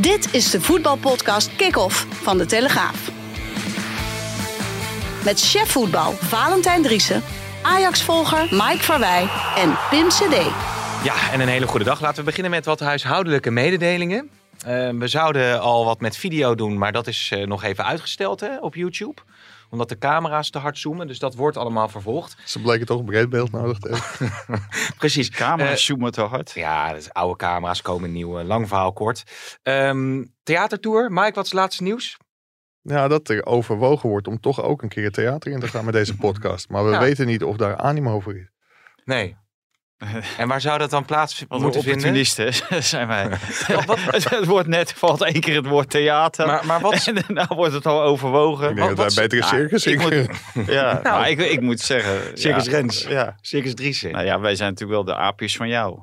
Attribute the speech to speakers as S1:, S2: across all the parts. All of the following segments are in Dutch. S1: Dit is de voetbalpodcast Kick-Off van De Telegraaf. Met chef voetbal Valentijn Driessen, Ajax-volger Mike Verwij en Pim CD.
S2: Ja, en een hele goede dag. Laten we beginnen met wat huishoudelijke mededelingen. Eh, we zouden al wat met video doen, maar dat is eh, nog even uitgesteld hè, op YouTube. Omdat de camera's te hard zoomen, dus dat wordt allemaal vervolgd.
S3: Ze blijken toch een breedbeeld nodig te hebben.
S2: Precies.
S4: Camera
S2: Eh,
S4: zoomen te hard.
S2: ja, dus oude camera's komen nieuw. eh, Lang verhaal kort. Ehm, theatertour. Mike, wat is het laatste nieuws?
S3: Ja, dat er overwogen wordt om toch ook een keer het theater in te gaan met deze podcast. Maar we
S2: Ja.
S3: weten niet of daar animo voor is.
S2: Nee. En waar zou dat dan plaats
S4: Wat
S2: moeten vinden?
S4: opportunisten zijn wij. het, het wordt net, valt één keer het woord theater.
S2: Maar, maar wat,
S4: en nou wordt het al overwogen.
S3: Ik denk
S2: wat-
S3: dat
S2: wat-
S3: wij beter een
S4: nou,
S3: circus in
S4: ik moet-
S3: kunnen.
S4: Ja,
S2: Nou.
S4: maar ik, ik moet zeggen.
S2: Circus
S4: ja,
S2: Rens.
S4: Ja.
S2: Circus Driessen.
S4: Nou ja, wij zijn natuurlijk wel de aapjes van jou.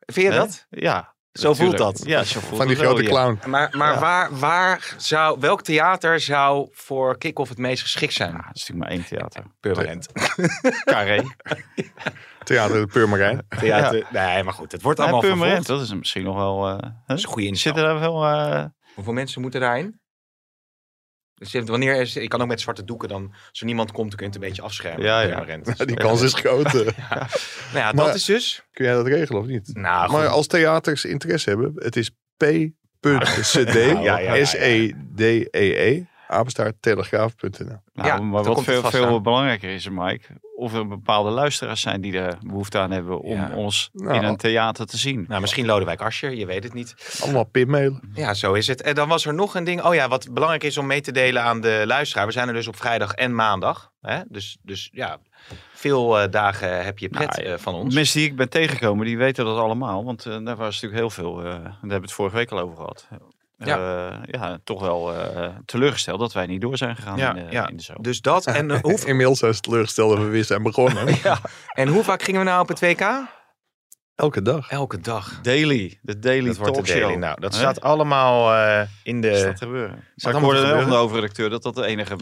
S2: Vind je
S4: hè?
S2: dat?
S4: Ja.
S2: Zo voelt
S4: natuurlijk.
S2: dat.
S4: Ja, zo voelt
S3: Van die
S4: dat wel,
S3: grote
S4: ja.
S3: clown.
S2: Maar, maar
S4: Ja.
S2: waar, waar zou, welk theater zou voor kick-off het meest geschikt
S4: Ja,
S2: zijn?
S4: dat is natuurlijk maar één theater.
S2: Permanent.
S4: Carré.
S3: Theater de Purmerijn.
S2: Theater. Nee, maar goed, het wordt
S4: Ja,
S2: allemaal
S4: Purmerend,
S2: vervolgd.
S4: dat is misschien nog wel... eh, hè?
S2: Dat is een goede inzet.
S4: Zitten daar wel... eh,
S2: Hoeveel mensen moeten daarin? Dus je- wanneer is, ik kan ook met zwarte doeken dan, zo niemand komt, dan kun je het een beetje afschermen.
S4: Ja, ja.
S2: Permanent.
S3: Ja, die kans is groot. eh.
S2: Nou ja, dat
S3: Maar-
S2: is dus.
S3: Kun jij dat regelen of niet?
S2: Nou, goed.
S3: Maar als theaters interesse hebben, het is
S2: ja, ja, ja, ja.
S3: p.cd, s-e-d-e-e, apenstaart telegraaf.nl.
S4: nou,
S2: Ja, daar
S4: maar wat
S2: komt het
S4: veel,
S2: vast
S4: veel
S2: aan.
S4: belangrijker is, Mike, of er bepaalde luisteraars zijn die er behoefte aan hebben om
S2: Ja.
S4: ons
S3: Nou.
S4: in een theater te zien.
S2: nou, misschien Lodewijk Asscher, je weet het niet.
S3: Allemaal pinmailen.
S4: Mhm.
S2: Ja, zo is het. En dan was er nog een ding. Oh ja, wat belangrijk is om mee te delen aan de luisteraar. We zijn er dus op vrijdag en maandag. Hè? Dus, dus ja, veel eh, dagen heb je pret
S4: Nou, ja.
S2: eh, van ons.
S4: Mensen die ik ben tegengekomen, die weten dat allemaal. Want eh, daar was natuurlijk heel veel. eh, daar hebben we het vorige week al over gehad. Ja, ja toch wel eh, teleurgesteld dat wij niet door zijn gegaan
S2: Ja,
S4: in, de,
S2: ja.
S4: in de zomer.
S2: Dus dat. En, eh, hoe,
S3: Inmiddels zijn ze teleurgesteld dat we weer zijn begonnen.
S2: en hoe vaak gingen we nou op het WK?
S3: Elke dag.
S2: Elke dag.
S4: Daily, de Daily
S2: Dat wordt de
S4: Talkshow.
S2: daily. Nou, dat
S4: Hè?
S2: staat allemaal eh, in
S4: Dat
S2: de...
S4: staat te gebeuren. Maar ik
S2: allemaal te
S4: hoorde wel
S2: gebeuren.
S4: van de hoofdredacteur dat dat de enige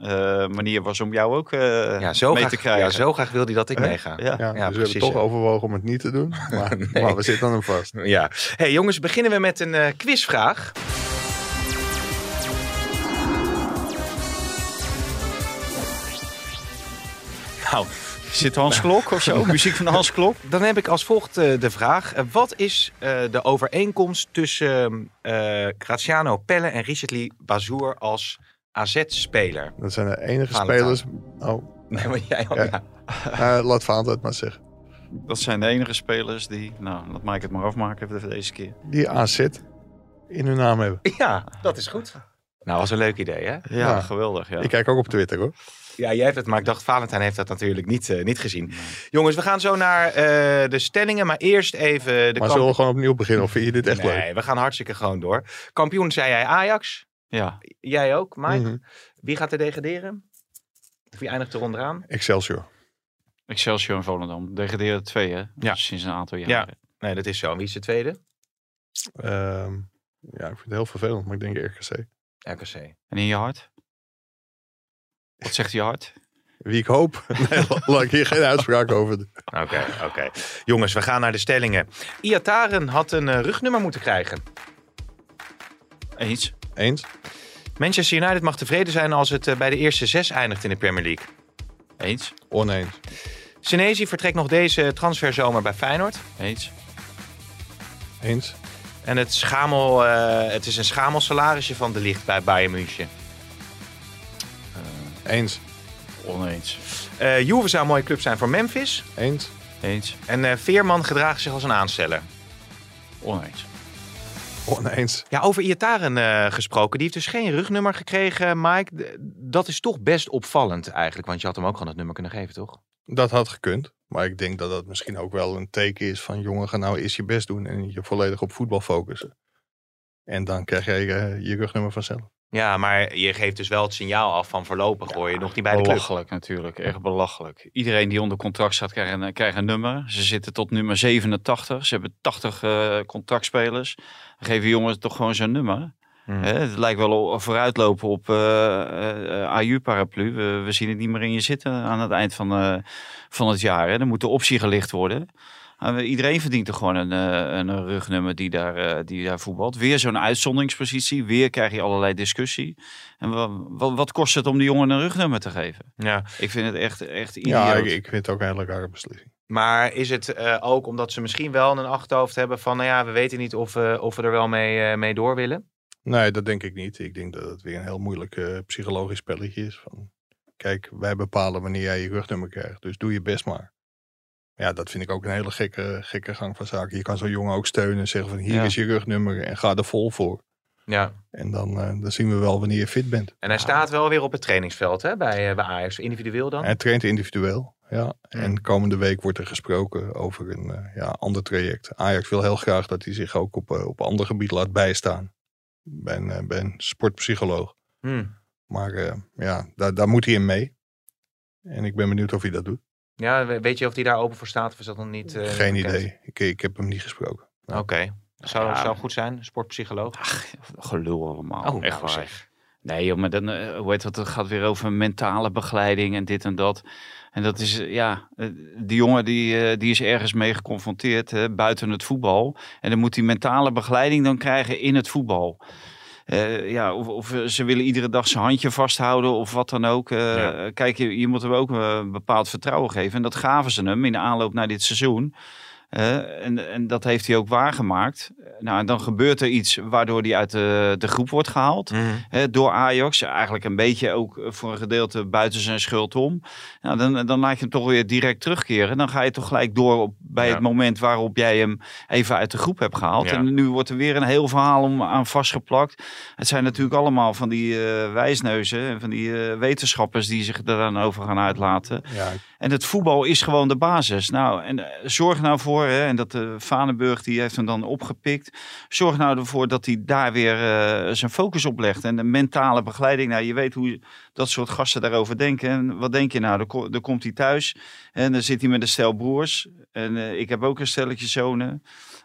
S4: eh, manier was om jou ook eh,
S2: Ja, zo,
S4: mee
S2: graag,
S4: te krijgen.
S2: ja, zo graag wil hij dat ik meega.
S4: Ja.
S3: Ja, dus we
S2: precies,
S3: hebben toch
S2: ja.
S3: overwogen om het niet te doen. Maar, maar we zitten aan hem vast.
S2: Ja. Hey jongens, beginnen we met een eh, quizvraag. Nou,
S4: Zit Hans Klok of zo? Muziek van Hans Klok?
S2: dan heb ik als volgt eh, de vraag. Eh, wat is eh, de overeenkomst tussen eh, Graziano Pelle en Richard Lee Bazour als AZ-speler?
S3: Dat zijn de enige
S2: Valentijn.
S3: spelers. Oh,
S2: Nee, maar jij
S3: Ja. eh, laat Vaant het maar zeggen.
S4: Dat zijn de enige spelers die... Nou, laat Mike het maar afmaken deze keer.
S3: Die AZ in hun naam hebben.
S2: Ja, dat is goed. Nou, was een leuk idee, hè?
S4: Ja,
S3: Ja.
S4: geweldig. Ja.
S3: Ik kijk ook op Twitter hoor.
S2: Ja, jij hebt het, maar ik dacht Valentijn heeft dat natuurlijk niet, eh, niet gezien. Jongens, we gaan zo naar eh, de stellingen, maar eerst even de
S3: maar
S2: kamp-
S3: zullen we gewoon opnieuw beginnen of vind je dit echt
S2: nee,
S3: leuk?
S2: we gaan hartstikke gewoon door. Kampioen zei jij Ajax,
S4: Ja,
S2: jij ook, Mike.
S3: Mhm.
S2: Wie gaat er degraderen? Of wie eindigt er onderaan?
S3: Excelsior.
S4: Excelsior en Volendam degraderen twee, hè?
S2: Ja.
S4: Sinds een aantal jaren.
S2: Nee, dat is zo. En wie is de tweede?
S3: Ehm, ja, ik vind het heel vervelend, maar ik denk RKC.
S2: RKC.
S4: En in je hart? Wat zegt je hart?
S3: Wie ik hoop. Nee, la- laat ik hier geen uitspraak over doen.
S2: Oké, oké. Jongens, we gaan naar de stellingen. Iataren had een eh, rugnummer moeten krijgen.
S4: Eens?
S3: Eens?
S2: Manchester United mag tevreden zijn als het eh, bij de eerste zes eindigt in de Premier League.
S4: Eens?
S3: Oneens.
S2: Senesi vertrekt nog deze transferzomer bij Feyenoord.
S4: Eens?
S3: Eens?
S2: En het, schamel, eh, het is een schamelsalarisje van de licht bij Bayern München.
S3: Eens?
S4: Oneens?
S2: Eh Juve zou een mooie club zijn voor Memphis.
S3: Eens?
S4: Eens?
S2: En eh, Veerman gedraagt zich als een aansteller.
S4: Oneens?
S3: Oneens.
S2: Ja, over Iataren eh, gesproken. Die heeft dus geen rugnummer gekregen, Mike. D- dat is toch best opvallend eigenlijk. Want je had hem ook gewoon het nummer kunnen geven, toch?
S3: Dat had gekund. Maar ik denk dat dat misschien ook wel een teken is van jongen, ga nou eerst je best doen en je volledig op voetbal focussen. En dan krijg je eh, je rugnummer vanzelf.
S2: Ja, maar je geeft dus wel het signaal af van voorlopig hoor je nog niet bij de club.
S4: belachelijk natuurlijk, echt belachelijk. Iedereen die onder contract staat krijgt een, krijgt een nummer. Ze zitten tot nummer 87. Ze hebben 80 eh, contractspelers. Dan Geven jongens toch gewoon zo'n nummer.
S2: Hmm.
S4: Hè, het lijkt wel o- vooruitlopen op eh, eh, AU-paraplu. We, we zien het niet meer in je zitten aan het eind van, eh, van het jaar. Hè. Er moet de optie gelicht worden. Maar we- iedereen verdient er gewoon een, eh, een rugnummer die daar, eh, die daar voetbalt. Weer zo'n uitzonderingspositie. Weer krijg je allerlei discussie. En wa- wa- wat kost het om die jongen een rugnummer te geven?
S2: Ja.
S4: Ik vind het echt, echt idioot.
S3: Ja, ik, ik vind het ook een hele rare beslissing.
S2: Maar is het eh, ook omdat ze misschien wel een achterhoofd hebben van, nou ja, we weten niet of, eh, of we er wel mee, eh, mee door willen?
S3: Nee, dat denk ik niet. Ik denk dat het weer een heel moeilijk eh, psychologisch spelletje is. Van, kijk, wij bepalen wanneer jij je rugnummer krijgt. Dus doe je best maar. Ja, dat vind ik ook een hele gekke, gekke gang van zaken. Je kan zo'n jongen ook steunen en zeggen van hier
S4: Ja.
S3: is je rugnummer en ga er vol voor.
S2: Ja.
S3: En dan, eh, dan zien we wel wanneer je fit bent.
S2: En hij staat wel weer op het trainingsveld hè, bij, eh, bij Ajax, individueel dan.
S3: Hij traint individueel. Ja.
S2: Hmm.
S3: En komende week wordt er gesproken over een eh, ja, ander traject. Ajax wil heel graag dat hij zich ook op, eh, op ander gebied laat bijstaan. Bij een, eh, bij een sportpsycholoog.
S2: Hm.
S4: Hmm.
S3: Maar eh, ja, daar, daar moet hij in mee. En ik ben benieuwd of hij dat doet.
S2: Ja, we- weet je of die daar open voor staat of is dat nog niet? eh,
S3: Geen
S2: bekend?
S3: idee. Ik, ik heb hem niet gesproken.
S2: Oké. Zou,
S4: Ja.
S2: zou goed zijn, een sportpsycholoog.
S4: Ach, gelul allemaal.
S2: Oh,
S4: echt
S2: nou
S4: waar.
S2: zeg.
S4: Nee, joh, maar dan, eh, hoe heet dat? Het gaat weer over mentale begeleiding en dit en dat. En dat is, eh, ja, eh, die jongen die, eh, die is ergens mee geconfronteerd hè, buiten het voetbal. En dan moet die mentale begeleiding dan krijgen in het voetbal. Eh, ja, of, of ze willen iedere dag zijn handje vasthouden of wat dan ook. Eh,
S2: Ja.
S4: Kijk, je, je moet hem ook eh, een bepaald vertrouwen geven. En dat gaven ze hem in de aanloop naar dit seizoen. Eh, en, en dat heeft hij ook waargemaakt. Nou, en dan gebeurt er iets waardoor hij uit de, de groep wordt gehaald hè, door Ajax. Eigenlijk een beetje ook eh, voor een gedeelte buiten zijn schuld om. Nou, dan, dan laat je hem toch weer direct terugkeren. Dan ga je toch gelijk door op, bij
S2: Ja.
S4: het moment waarop jij hem even uit de groep hebt gehaald.
S2: Ja.
S4: En nu wordt er weer een heel verhaal om, aan vastgeplakt. Het zijn natuurlijk allemaal van die eh, wijsneuzen en van die eh, wetenschappers die zich daar dan over gaan uitlaten.
S3: Ja,
S4: En het voetbal is gewoon de basis. Nou, en eh, zorg nou voor, hè, en dat de Vanenburg die heeft hem dan opgepikt. Zorg nou ervoor dat hij daar weer eh, zijn focus op legt. En de mentale begeleiding. Nou, je weet hoe dat soort gasten daarover denken. En wat denk je nou? Dan, ko- dan komt hij thuis en dan zit hij met een stel broers. En eh, ik heb ook een stelletje zonen.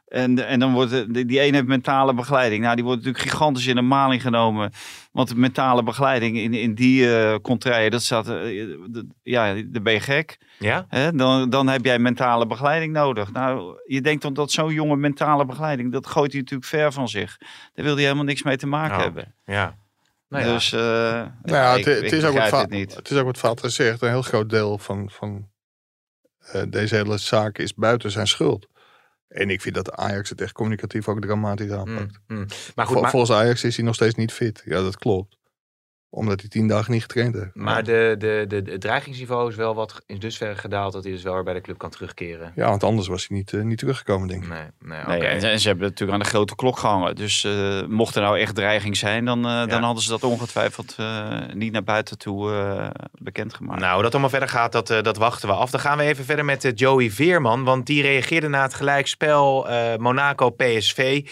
S4: En, en dan wordt het- die, die ene heeft mentale begeleiding. Nou, die wordt natuurlijk gigantisch in de maling genomen. Want de mentale begeleiding in, in die eh contraien, dat staat. eh, dat- ja, dan ben je gek.
S2: Ja?
S4: Hè? Dan, dan heb jij mentale begeleiding nodig. Nou, je denkt dan dat zo'n jonge mentale begeleiding, dat gooit hij natuurlijk ver van zich. Daar wil hij helemaal niks mee te maken
S2: Oh,
S4: hebben.
S2: Ja. Nou ja.
S4: Dus, eh,
S3: Nou ja,
S4: ik-
S3: het,
S4: ik
S3: het, is ook wat
S4: begrijp
S3: Va-
S4: het niet.
S3: het is ook wat Vater zegt. Een heel groot deel van, van eh, deze hele zaak is buiten zijn schuld. En ik vind dat Ajax het echt communicatief ook dramatisch
S4: Hmm.
S2: Mm,
S3: aanpakt.
S2: mm. Maar goed,
S3: Vol-
S2: maar,
S3: Volgens Ajax is hij nog steeds niet fit. Ja, dat klopt. Omdat hij tien dagen niet getraind heeft.
S2: maar de, de, de, het dreigingsniveau is wel wat in dusverre gedaald dat hij dus wel weer bij de club kan terugkeren.
S3: Ja, want anders was hij niet, eh, niet teruggekomen, denk ik.
S2: Nee, nee, oké.
S4: Nee, en, en ze hebben natuurlijk aan de grote klok gehangen. Dus eh, mocht er nou echt dreiging zijn, dan, eh, dan hadden ze dat ongetwijfeld eh, niet naar buiten toe eh, bekendgemaakt.
S2: Nou, hoe dat allemaal verder gaat, dat, eh, dat wachten we af. Dan gaan we even verder met eh, Joey Veerman. Want die reageerde na het gelijkspel eh, Monaco-PSV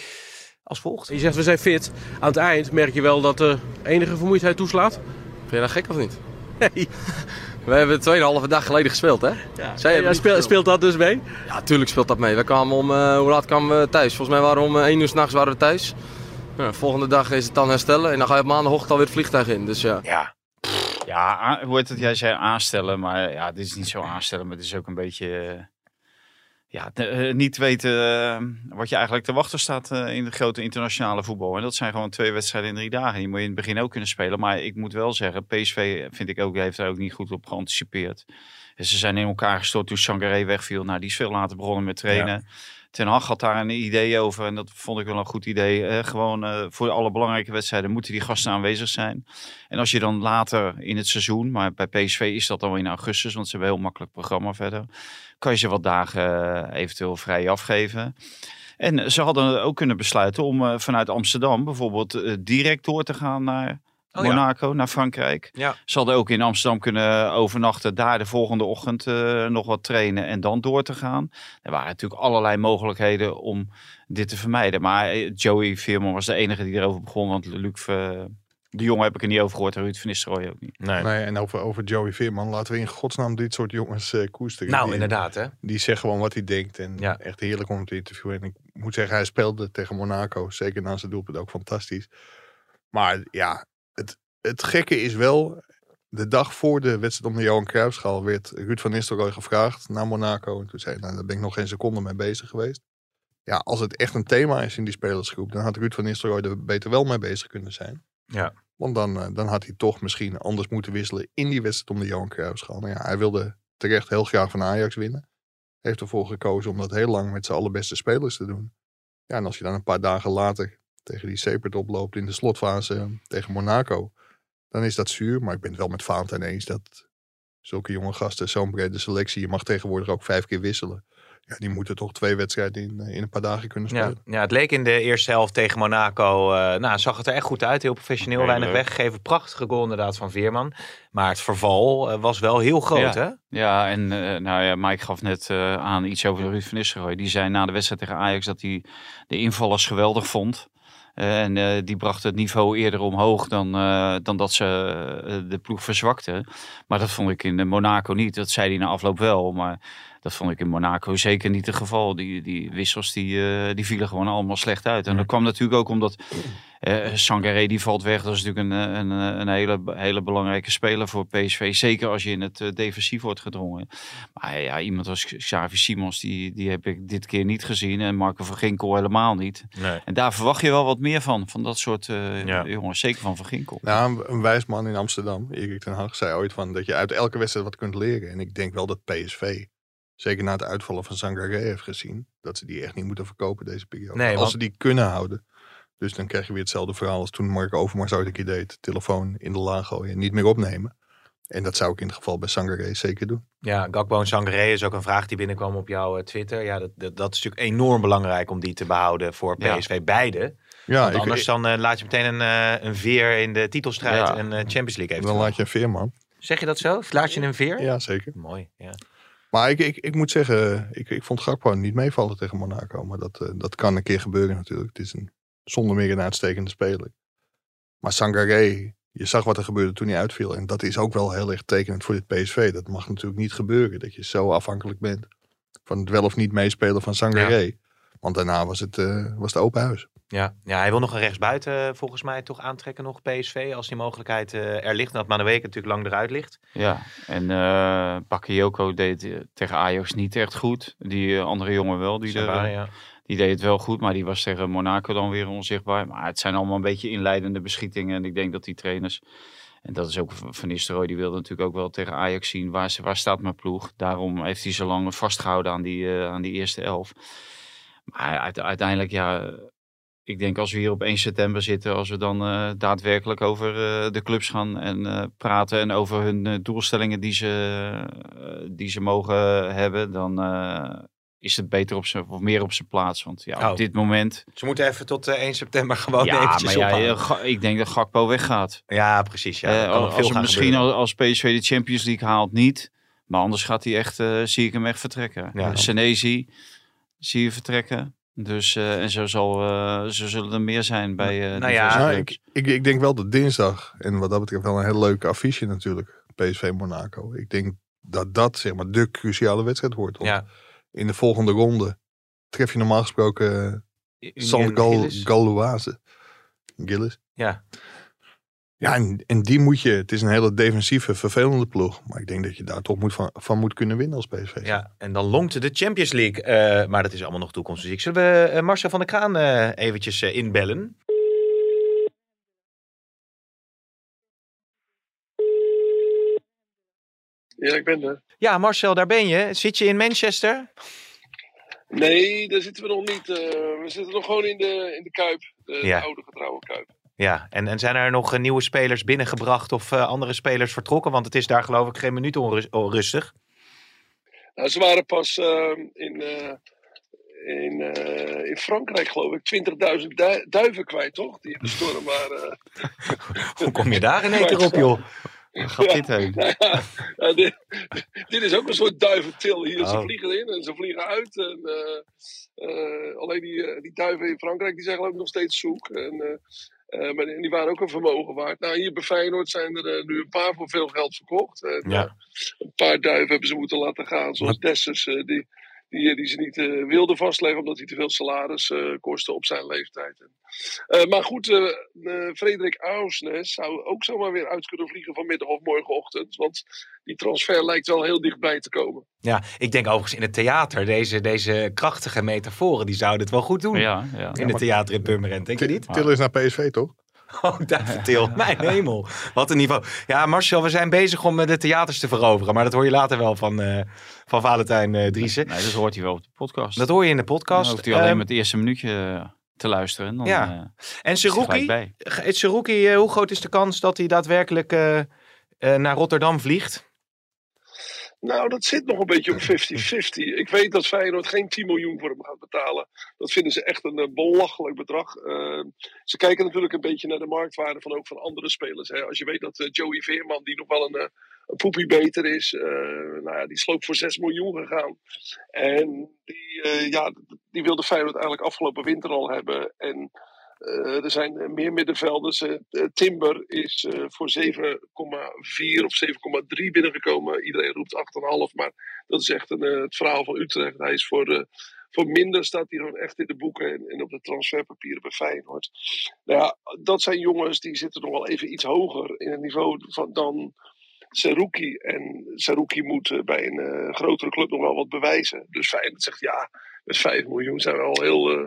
S2: als volgt.
S5: Je zegt we zijn fit. Aan het eind merk je wel dat er enige vermoeidheid toeslaat. Ben je nou gek of niet? Nee.
S6: We hebben 2,5 dag geleden gespeeld, hè? Zij hebben
S5: Ja,
S6: niet
S5: speel-
S6: gespeeld.
S5: speelt dat dus mee?
S6: Ja, tuurlijk speelt dat mee. We kwamen om, eh, hoe laat kwamen we thuis? Volgens mij waren we om eh, 1 uur s'nachts waren we thuis. Ja, volgende dag is het dan herstellen en dan ga je op maandagochtend alweer het vliegtuig in. Dus ja,
S2: Ja,
S4: Ja, a- hoe heet het? Jij zei aanstellen, maar ja, dit is niet zo aanstellen, maar het is ook een beetje... eh, ja, te- eh, niet weten eh, wat je eigenlijk te wachten staat eh, in het grote internationale voetbal. En dat zijn gewoon twee wedstrijden in drie dagen. Die moet je in het begin ook kunnen spelen. Maar ik moet wel zeggen, PSV vind ik ook, heeft daar ook niet goed op geanticipeerd. En ze zijn in elkaar gestort toen Sangaré wegviel. Nou, die is veel later begonnen met trainen. Ten Hag had daar een idee over en dat vond ik wel een goed idee. Eh, gewoon eh, voor alle belangrijke wedstrijden moeten die gasten aanwezig zijn. En als je dan later in het seizoen, maar bij PSV is dat al in augustus, want ze hebben een heel makkelijk programma verder, kan je ze wat dagen eh, eventueel vrij afgeven. En ze hadden ook kunnen besluiten om eh, vanuit Amsterdam bijvoorbeeld eh, direct door te gaan naar
S2: Oh ja.
S4: Monaco, naar Frankrijk.
S2: Ja.
S4: Ze hadden ook in Amsterdam kunnen overnachten, daar de volgende ochtend eh, nog wat trainen en dan door te gaan. Er waren natuurlijk allerlei mogelijkheden om dit te vermijden. Maar eh, Joey Veerman was de enige die erover begon, want Luc eh, de Jong heb ik er niet over gehoord en Ruud van Nistelrooy ook niet.
S2: nee.
S3: Nee, en over, over Joey Veerman laten we in godsnaam dit soort jongens eh, koesteren.
S2: Nou,
S3: Die-
S2: inderdaad, hè?
S3: Die zegt gewoon wat hij denkt. En
S2: Ja.
S3: echt heerlijk om te interviewen. En ik moet zeggen, hij speelde tegen Monaco. Zeker na zijn doelpunt ook fantastisch. Maar ja, het, het gekke is wel... de dag voor de wedstrijd om de Johan Cruijffschaal werd Ruud van Nistelrooy gevraagd naar Monaco. En toen zei hij, nou, daar ben ik nog geen seconde mee bezig geweest. Ja, als het echt een thema is in die spelersgroep, dan had Ruud van Nistelrooy er beter wel mee bezig kunnen zijn.
S2: Ja.
S3: Want dan, eh, dan had hij toch misschien anders moeten wisselen in die wedstrijd om de Johan Cruijffschaal. Nou ja, hij wilde terecht heel graag van Ajax winnen. Heeft ervoor gekozen om dat heel lang met zijn allerbeste spelers te doen. Ja, en als je dan een paar dagen later tegen die Sepert oploopt in de slotfase eh, tegen Monaco dan is dat zuur. Maar ik ben het wel met Valentijn eens dat zulke jonge gasten, zo'n brede selectie, je mag tegenwoordig ook vijf keer wisselen. Ja, die moeten toch twee wedstrijden in, eh, in een paar dagen kunnen
S2: Ja,
S3: spelen.
S2: ja, het leek in de eerste helft tegen Monaco. eh, nou, zag het er echt goed uit. Heel professioneel,
S4: Oké,
S2: weinig
S4: leuk.
S2: weggegeven. Prachtige goal inderdaad van Veerman. Maar het verval eh, was wel heel groot, hè?
S4: Ja, en eh, nou ja, Mike gaf net eh, aan iets over Ruud van Nistelrooy. Die zei na de wedstrijd tegen Ajax dat hij de invallers geweldig vond. Eh, en eh, die bracht het niveau eerder omhoog dan, eh, dan dat ze eh, de ploeg verzwakte. Maar dat vond ik in eh, Monaco niet. Dat zei hij na afloop wel. Maar dat vond ik in Monaco zeker niet het geval. Die, die wissels die, eh, die vielen gewoon allemaal slecht uit. En dat kwam natuurlijk ook omdat eh Sangaré die valt weg. Dat is natuurlijk een, eh, een, eh, een hele, hele belangrijke speler voor PSV. Zeker als je in het eh, defensief wordt gedrongen. Maar ja, iemand als Xavi Simons, die, die heb ik dit keer niet gezien. En Marco van Ginkel helemaal niet.
S2: Nee.
S4: En daar verwacht je wel wat meer van. Van dat soort eh,
S2: Ja.
S4: jongens. Zeker van Van Ginkel.
S3: Nou, een- een wijs man in Amsterdam, Erik ten Hag, zei ooit van dat je uit elke wedstrijd wat kunt leren. En ik denk wel dat PSV, zeker na het uitvallen van Sangaré, heeft gezien dat ze die echt niet moeten verkopen deze periode.
S2: Nee,
S3: als
S2: want-
S3: ze die kunnen houden. Dus dan krijg je weer hetzelfde verhaal als toen Mark Overmars ooit een keer deed. Telefoon in de laag gooien en niet meer opnemen. En dat zou ik in het geval bij Sangaré zeker doen.
S2: Ja, Gakbo en Sangaré is ook een vraag die binnenkwam op jouw eh, Twitter. Ja, dat, dat, dat is natuurlijk enorm belangrijk om die te behouden voor
S4: Ja.
S2: PSV beide.
S3: Ja,
S2: Want anders dan eh, laat je meteen een, eh, een veer in de titelstrijd
S4: Ja.
S2: en eh, Champions League
S3: Dan
S2: eventueel.
S3: laat je een veerman.
S2: Zeg je dat zo? Laat je een veer?
S3: Ja, zeker.
S2: Mooi, ja.
S3: Maar ik, ik, ik moet zeggen, ik, ik vond Gakpo niet meevallen tegen Monaco. Maar dat, eh, dat kan een keer gebeuren natuurlijk. Het is een, zonder meer een uitstekende speler. Maar Sangaré, je zag wat er gebeurde toen hij uitviel. En dat is ook wel heel erg tekenend voor dit PSV. Dat mag natuurlijk niet gebeuren. Dat je zo afhankelijk bent van het wel of niet meespelen van Sangaré. Want daarna was het, eh, was het open huis.
S2: Ja, ja, hij wil nog een rechtsbuiten eh, volgens mij toch aantrekken nog PSV. Als die mogelijkheid eh, er ligt. Dat Manueke natuurlijk lang eruit ligt.
S4: Ja, en eh Bakayoko deed eh, tegen Ajax niet echt goed. Die eh, andere jongen wel. Die, er-
S2: Sabara, ja.
S4: die deed het wel goed, maar die was tegen Monaco dan weer onzichtbaar. Maar het zijn allemaal een beetje inleidende beschietingen. En ik denk dat die trainers... En dat is ook van Van Nistelrooy, die wilde natuurlijk ook wel tegen Ajax zien. Waar, ze- waar staat mijn ploeg? Daarom heeft hij zo lang vastgehouden aan die, eh, aan die eerste elf. Maar uite- uiteindelijk, ja... Ik denk als we hier op 1 september zitten, als we dan eh, daadwerkelijk over eh, de clubs gaan en eh, praten en over hun eh, doelstellingen die ze, eh, die ze mogen hebben, dan eh, is het beter op zijn, of meer op zijn plaats. Want ja, op
S2: Oh.
S4: dit moment.
S2: Ze moeten even tot eh, 1 september gewoon
S4: ja,
S2: eventjes
S4: maar ja,
S2: ophouden.
S4: eh, Ga- ik denk dat Gakpo weggaat.
S2: Ja, precies. Ja.
S4: Eh,
S2: Er kan nog
S4: als
S2: veel
S4: het
S2: gaan
S4: misschien
S2: gebeuren.
S4: al- als PSV de Champions League haalt, niet. Maar anders gaat hij echt, eh, zie ik hem echt vertrekken.
S2: Ja.
S4: Ja. Senezi zie je vertrekken. Dus, eh, en zo, zal, eh, zo zullen er meer zijn bij eh
S2: Nou ja,
S4: diverse
S3: Nou,
S4: clubs.
S3: ik, ik, ik denk wel dat dinsdag, en wat dat betreft wel een hele leuke affiche natuurlijk, PSV Monaco. Ik denk dat dat zeg maar de cruciale wedstrijd wordt. Want
S2: Ja.
S3: in de volgende ronde tref je normaal gesproken
S2: Union
S3: San Gal
S2: Gilles.
S3: Galoise. Gillis.
S2: Ja.
S3: Ja, en, en die moet je, het is een hele defensieve, vervelende ploeg. Maar ik denk dat je daar toch moet van, van moet kunnen winnen als PSV.
S2: Ja, en dan longt de Champions League. eh, maar dat is allemaal nog toekomstmuziek. Zullen we eh, Marcel van der Kraan eh, eventjes eh, inbellen?
S7: Ja, ik ben er.
S2: Ja, Marcel, daar ben je. Zit je in Manchester?
S7: Nee, daar zitten we nog niet. eh, we zitten nog gewoon in de, in de Kuip. De, de
S2: Ja.
S7: oude getrouwe Kuip.
S2: Ja, en, en zijn er nog eh, nieuwe spelers binnengebracht of eh, andere spelers vertrokken? Want het is daar geloof ik geen minuut onrus- onrustig.
S7: Nou, ze waren pas eh, in, eh, in, eh, in Frankrijk, geloof ik, 20.000 du- duiven kwijt, toch? Die in de storm eh, waren.
S2: Hoe kom je daar in één keer op, joh?
S4: Waar gaat
S7: Ja.
S4: dit heen?
S7: Nou ja, eh, dit, dit is ook een soort duiventil hier. Ze
S2: Oh.
S7: vliegen in en ze vliegen uit. En, eh, eh, alleen die, eh, die duiven in Frankrijk die zijn geloof ik nog steeds zoek. En, eh, eh, maar die, die waren ook een vermogen waard. Nou, hier bij Feyenoord zijn er eh, nu een paar voor veel geld verkocht. En,
S2: Ja.
S7: eh, een paar duiven hebben ze moeten laten gaan. Zoals Dessers, eh, die, die, die ze niet eh, wilden vastleggen omdat hij te veel salaris eh, kostte op zijn leeftijd. En, Eh, maar goed, eh, eh, Frederik Ausnes zou ook zomaar weer uit kunnen vliegen vanmiddag of morgenochtend. Want die transfer lijkt wel heel dichtbij te komen.
S2: Ja, ik denk overigens in het theater, deze, deze krachtige metaforen, die zouden het wel goed doen.
S4: Ja, ja.
S2: In het theater in Purmerend, denk je niet?
S3: Til is naar PSV, toch?
S2: Oh, David Til, mijn hemel. Wat een niveau. Ja, Marcel, we zijn bezig om eh, de theaters te veroveren. Maar dat hoor je later wel van, eh, van Valentijn eh, Driessen.
S4: Nee, dat hoort hij wel op de podcast.
S2: Dat hoor je in de
S4: Dan
S2: podcast.
S4: hoeft hij alleen
S2: Ehm,
S4: met het eerste minuutje eh, te luisteren. en Dan,
S2: Ja.
S4: eh,
S2: En
S4: is hij gelijk
S2: Seruki,
S4: bij.
S2: Is Seruki, eh, hoe groot is de kans dat hij daadwerkelijk eh, eh, naar Rotterdam vliegt?
S7: Nou, dat zit nog een beetje op 50-50. Ik weet dat Feyenoord geen 10 miljoen voor hem gaat betalen. Dat vinden ze echt een eh, belachelijk bedrag. Eh, ze kijken natuurlijk een beetje naar de marktwaarde van ook van andere spelers. Hè. Als je weet dat eh, Joey Veerman, die nog wel een, eh, een poepie beter is, eh, nou ja, die is geloof ik voor 6 miljoen gegaan. En die, eh, ja, die wilde Feyenoord eigenlijk afgelopen winter al hebben. En eh, er zijn eh, meer middenvelders. Eh, eh, Timber is eh, voor 7,4 of 7,3 binnengekomen. Iedereen roept 8,5. Maar dat is echt een, eh, het verhaal van Utrecht. Hij is voor, eh, voor minder staat hij gewoon echt in de boeken en, en op de transferpapieren bij Feyenoord. Nou ja, dat zijn jongens die zitten nog wel even iets hoger in het niveau van, dan Seruki. En Seruki moet eh, bij een eh, grotere club nog wel wat bewijzen. Dus Feyenoord zegt ja, met 5 miljoen zijn we al heel... eh,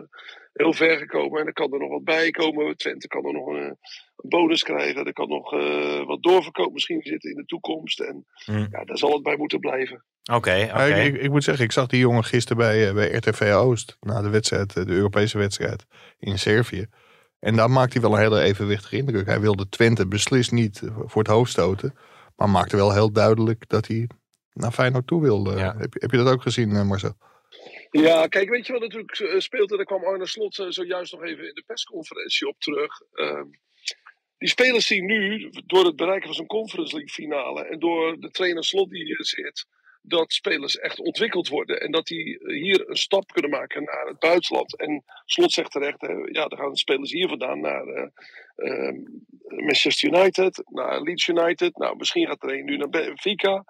S7: heel ver gekomen. En er kan er nog wat bij komen. Twente kan er nog een, eh, een bonus krijgen. Er kan nog eh, wat doorverkoop misschien zitten in de toekomst. En
S2: Hmm.
S7: ja, daar zal het bij moeten blijven.
S2: Oké, oké.
S3: Maar Ik, ik, ik moet zeggen, ik zag die jongen gisteren bij, eh, bij RTV Oost. Na de wedstrijd, eh, de Europese wedstrijd in Servië. En daar maakte hij wel een hele evenwichtige indruk. Hij wilde Twente beslist niet eh, voor het hoofd stoten. Maar maakte wel heel duidelijk dat hij naar Feyenoord toe wilde.
S2: Ja.
S3: Heb, je- heb je dat ook gezien, eh, Marcel?
S7: Ja, kijk, weet je wat natuurlijk eh, speelt? En daar kwam Arne Slot eh, zojuist nog even in de persconferentie op terug. Ehm, die spelers zien nu, door het bereiken van zo'n Conference League finale... en door de trainer Slot die hier zit... dat spelers echt ontwikkeld worden. En dat die eh, hier een stap kunnen maken naar het buitenland. En Slot zegt terecht, hè, ja, dan gaan spelers hier vandaan naar eh, ehm, Manchester United, naar Leeds United. Nou, misschien gaat er een nu naar Benfica.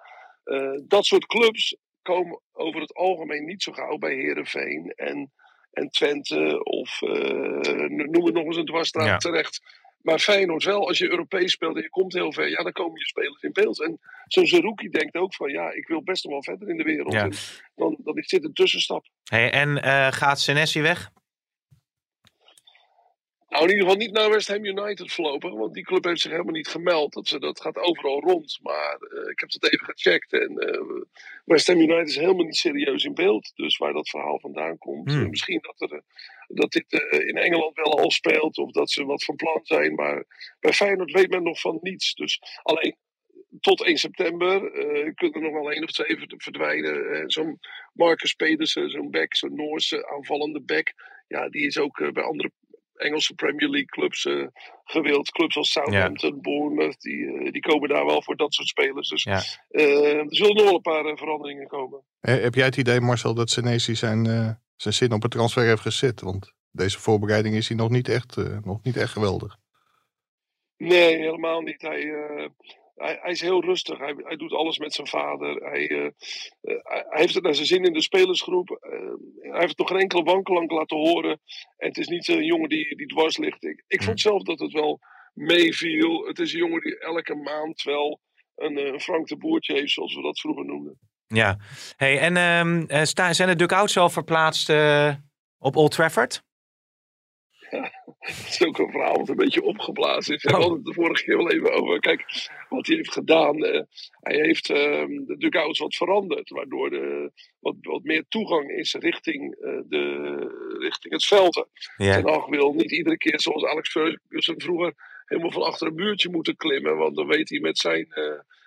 S7: Eh, dat soort clubs komen over het algemeen niet zo gauw bij Herenveen en, en Twente of eh, noem het nog eens een dwarsstraat
S2: Ja.
S7: terecht. Maar Feyenoord wel, als je Europees speelt en je komt heel ver, ja, dan komen je spelers in beeld. En zo'n Zerouki denkt ook van, ja, ik wil best nog wel verder in de wereld.
S2: Ja.
S7: En dan, dan is dit een tussenstap.
S2: Hey, en eh, gaat Senesi weg?
S7: Nou, in ieder geval niet naar West Ham United voorlopig, want die club heeft zich helemaal niet gemeld. Dat, ze, dat gaat overal rond, maar eh, ik heb dat even gecheckt. En eh, West Ham United is helemaal niet serieus in beeld. Dus waar dat verhaal vandaan komt.
S2: Hmm.
S7: eh, misschien dat, er, eh, dat dit eh, in Engeland wel al speelt, of dat ze wat van plan zijn. Maar bij Feyenoord weet men nog van niets. Dus alleen tot 1 september eh, kunnen er nog wel één of twee verd- verdwijnen. Eh, zo'n Marcus Pedersen, zo'n back, zo'n Noorse aanvallende back. Ja, die is ook eh, bij andere Engelse Premier League clubs eh, gewild. Clubs als Southampton, Bournemouth, die, eh, die komen daar wel voor dat soort spelers. Dus
S2: Ja.
S7: eh, er zullen nog wel een paar eh, veranderingen komen.
S3: Eh, heb jij het idee, Marcel, dat Senesi zijn, eh, zijn zin op het transfer heeft gezet? Want deze voorbereiding is hij nog niet echt, eh, nog niet echt geweldig.
S7: Nee, helemaal niet. Hij, eh, hij, hij is heel rustig. Hij, hij doet alles met zijn vader. Hij, eh, eh, hij hij heeft het naar zijn zin in de spelersgroep. Eh, hij heeft nog geen enkele wankelank laten horen. En het is niet een jongen die, die dwars ligt. Ik, ik vond zelf dat het wel meeviel. Het is een jongen die elke maand wel een eh, Frank de Boertje heeft, zoals we dat vroeger noemden.
S2: Ja. Hey, en ehm, eh, sta, zijn de dugouts al verplaatst eh, op Old Trafford?
S7: Het is ook een verhaal dat een beetje opgeblazen is. We
S2: Oh.
S7: hadden het de vorige keer wel even over. Kijk, wat hij heeft gedaan. eh, hij heeft ehm, de dugouts wat veranderd. Waardoor er wat, wat meer toegang is richting, eh, de, richting het veld.
S2: Ja.
S7: Ten Hag wil niet iedere keer zoals Alex Ferguson vroeger helemaal van achter een muurtje moeten klimmen. Want dan weet hij met zijn eh,